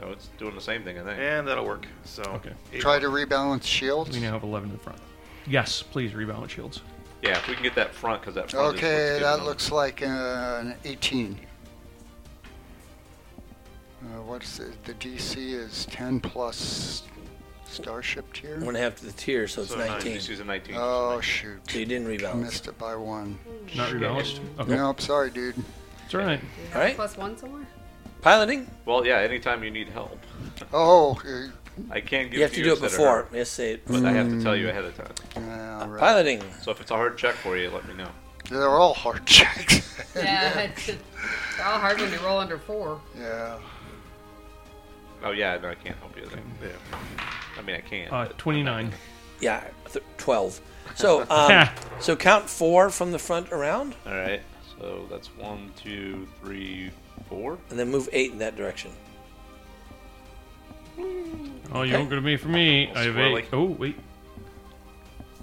No, it's doing the same thing, I think. And that'll work. So. Okay. eight. Try to rebalance shields. We now have 11 in the front. Yes, please rebalance shields. Yeah, if we can get that front, because that front is what's Okay, giving that them- looks like uh, an 18. Uh, what's it? the DC is 10 plus starship tier. One half to the tier, so it's So nine. nineteen. Uh, She's a 19. Oh shoot! So you didn't rebalance. Missed it by one. Not rebalanced? Okay. Nope, sorry, dude. It's all right. Do we have All right. Plus one somewhere. Piloting. Well, yeah, anytime you need help. Oh, uh, I can give You have to do it instead of before. Mm. her, Yes, say it. but I have to tell you ahead of time. yeah, right. Piloting. So if it's a hard check for you, let me know. They're all hard checks. Yeah. it's- They're all hard when they roll under four. yeah. Oh, yeah, no, I can't help you. Then. I mean, I can. Uh, but 29. Yeah, th- twelve. So, um, so count four from the front around, All right. So that's one, two, three, four. and then move eight in that direction. Oh, you won't go to me for me. I have Squirrely. eight. Oh, wait.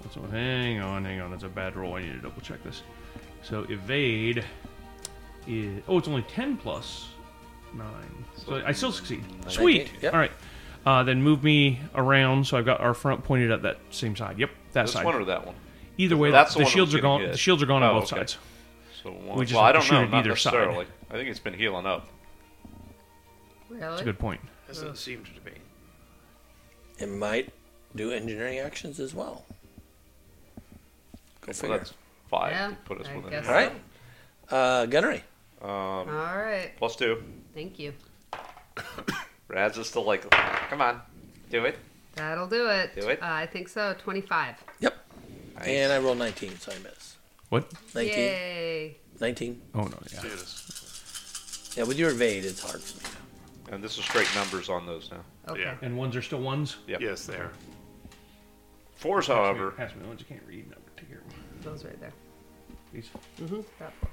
What's- oh, hang on, hang on. That's a bad roll. I need to double check this. So evade is. Oh, it's only 10 plus 9. So I still succeed. Sweet. Nineteen, yep. All right. Uh, then move me around so I've got our front pointed at that same side. Yep, that This side. one or that one? Either way, That's the the, one that shields was are gone. getting hit. The shields are gone on Oh, both okay. sides. So one. We just well, have I to don't shoot know. at Not either side. necessarily. I think it's been healing up. Really? That's a good point. Doesn't seem to be. It might do engineering actions as well. Go So figure. that's five Yeah, to put us I within. guess All right, uh, gunnery. Um, All right. plus two. Thank you. Raz is still like, come on, do it. That'll do it. Do it. Uh, I think so. 25. Yep. And I rolled nineteen, so I miss. What? 19, Yay. 19. Oh no, yeah. Yeah, with your evade, it's hard for me. And this is straight numbers on those now. Okay. Yeah. And ones are still ones. Yep. Yes, there. Fours, however, Pass me the ones you can't read. No, take care of them. Those right there. Mm-hmm. These- That four.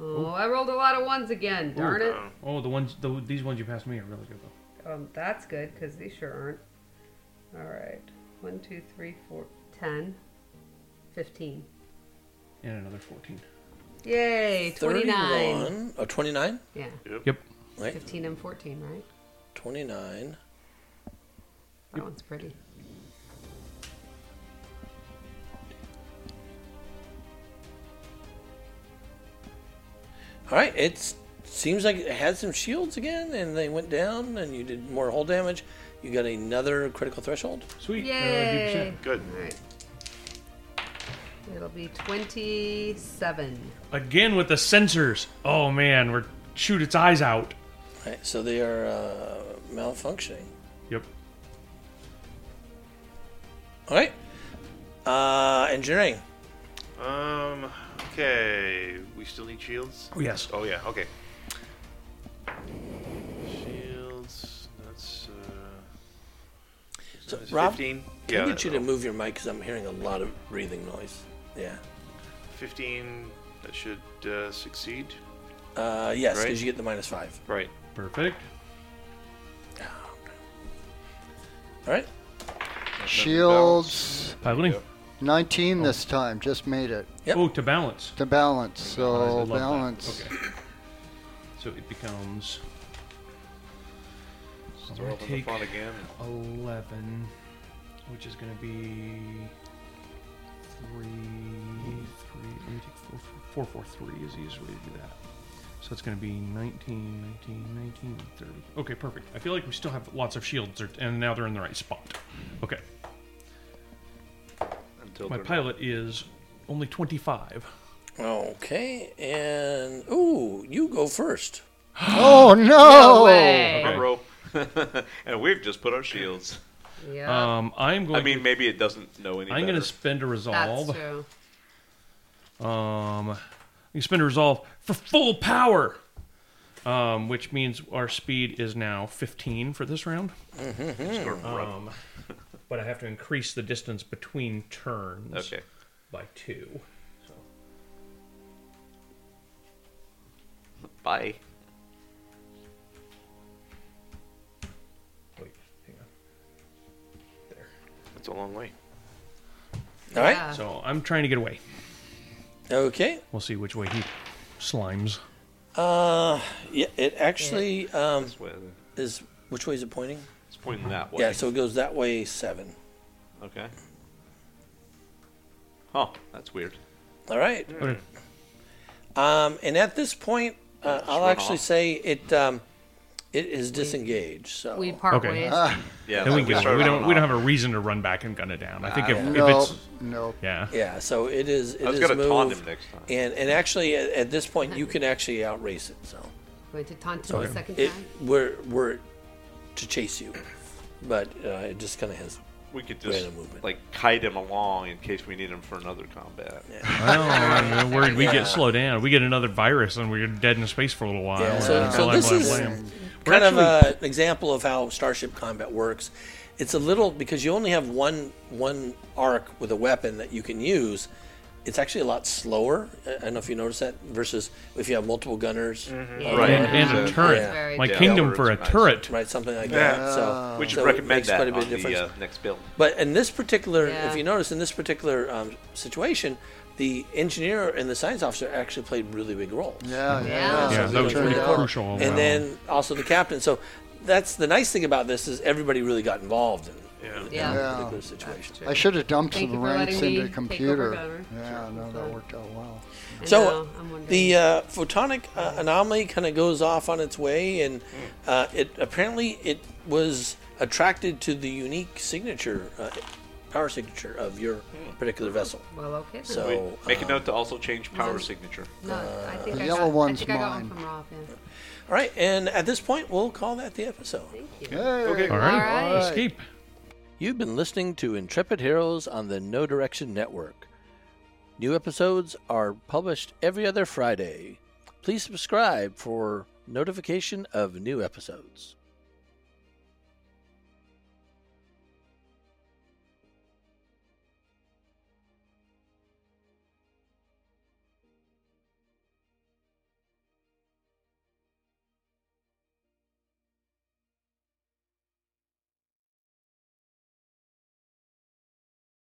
Oh, I rolled a lot of ones again. Darn it. Oh, the ones, the, these ones you passed me are really good though. Um, that's good because these sure aren't. All right. One, two, three, four, ten, fifteen. And another 14. Yay, 29. 31. Oh, 29? Yeah, Yep. 15 and 14, right? 29. That one's pretty. All right, it seems like it had some shields again, and they went down, and you did more hull damage. You got another critical threshold. Sweet. uh, Yay. Good. All right. It'll be 27. Again with the sensors. Oh man, we're shoot its eyes out. All right, so they are uh, malfunctioning. Yep. All right. Uh, engineering. Um. Okay. We still need shields. Oh, yes. Oh yeah. Okay. Shields. That's. Uh, So, that's Rob, fifteen. Can yeah. I get you to that'll- move your mic because I'm hearing a lot of breathing noise. Yeah. Fifteen. That should uh, succeed. Uh, yes, because Right. you get the minus five. Right. Perfect. All right. Shields Piloting. 19 this time, just made it Yep. Oh, to balance. to balance. I So love that. Oh, balance. Okay. So it becomes. I'm gonna Open the take front again. 11, which is going to be three, three. Let me take four, four, four, three is the easiest way to do that. So it's going to be 19, 19, 19, 30. Okay, perfect. I feel like we still have lots of shields, or, and now they're in the right spot. Okay, Until my they're- pilot is only 25. Okay. And ooh, you go first. Oh no! No way. Okay. Rope. and we've just put our shields. Yeah. Um, I'm going. I mean, to, maybe it doesn't know any. I'm going better. to spend a That's resolve. true. Um, you can spend a resolve for full power, um, which means our speed is now 15 for this round. Mm-hmm. um, but I have to increase the distance between turns Okay. by two. Bye. Wait, hang on. That's a long way. All right. Yeah. So I'm trying to get away. Okay. We'll see which way he slimes. Uh, yeah. It actually um, That's where the- is. Which way is it pointing? It's pointing that way. Yeah. So it goes that way seven. Okay. Huh. That's weird. All right. Okay. Hmm. Um, and at this point, uh, I'll run actually off. say it. Um, it is disengaged. So We part Okay. ways. Uh, Yeah. Then we, so go. started we on don't. We and don't off. have a reason to run back and gun it down. I think if, if No, it's no. yeah. yeah. So it is. It I was is gonna taunt moved. him next time. And and actually, at, at this point, you can actually outrace it. So Going to taunt him a second it time? we're we're to chase you, but uh, it just kind of has. We could just Random movement. like kite him along in case we need him for another combat. Well, I'm worried we get slowed down. We get another virus and we're dead in space for a little while. Yeah, so- Uh, so blam, this blam, is- blam. kind of actually- a, an example of how Starship Combat works. It's a little because you only have one one arc with a weapon that you can use. It's actually a lot slower. I I don't know if you noticed that versus if you have multiple gunners, uh, Right. And, Yeah. and a Yeah. turret. Yeah. Very My good. kingdom Yeah, for a it's nice. turret. right, something like Yeah. that. So We should Oh, so it recommend makes that quite a bit of on the difference. uh, next build. But in this particular, Yeah. if you notice, in this particular um, situation, the engineer and the science officer actually played really big roles. Yeah, yeah, Yeah. yeah. Yeah, that was Turned pretty out. crucial. And Oh, Wow. then also the captain. So that's the nice thing about this is everybody really got involved in, in Yeah. that Yeah. particular situation. I should have dumped Thank the you for ranks letting into me take over, computer. Gunner. Yeah, Sure. no, that worked out well. I So know, I'm wondering. the uh, photonic uh, anomaly kind of goes off on its way, and Mm. uh, it apparently it was attracted to the unique signature, uh, power signature of your Hmm. particular vessel. well, okay. Then. So Wait, make a um, note to also change power signature. no, I think The I yellow got, one's I think I got mine. one from Rob. Yeah. All right, and at this point, we'll call that the episode. Yay. Okay. All All right. right. Escape. You've been listening to Intrepid Heroes on the No Direction Network. New episodes are published every other Friday. Please subscribe for notification of new episodes.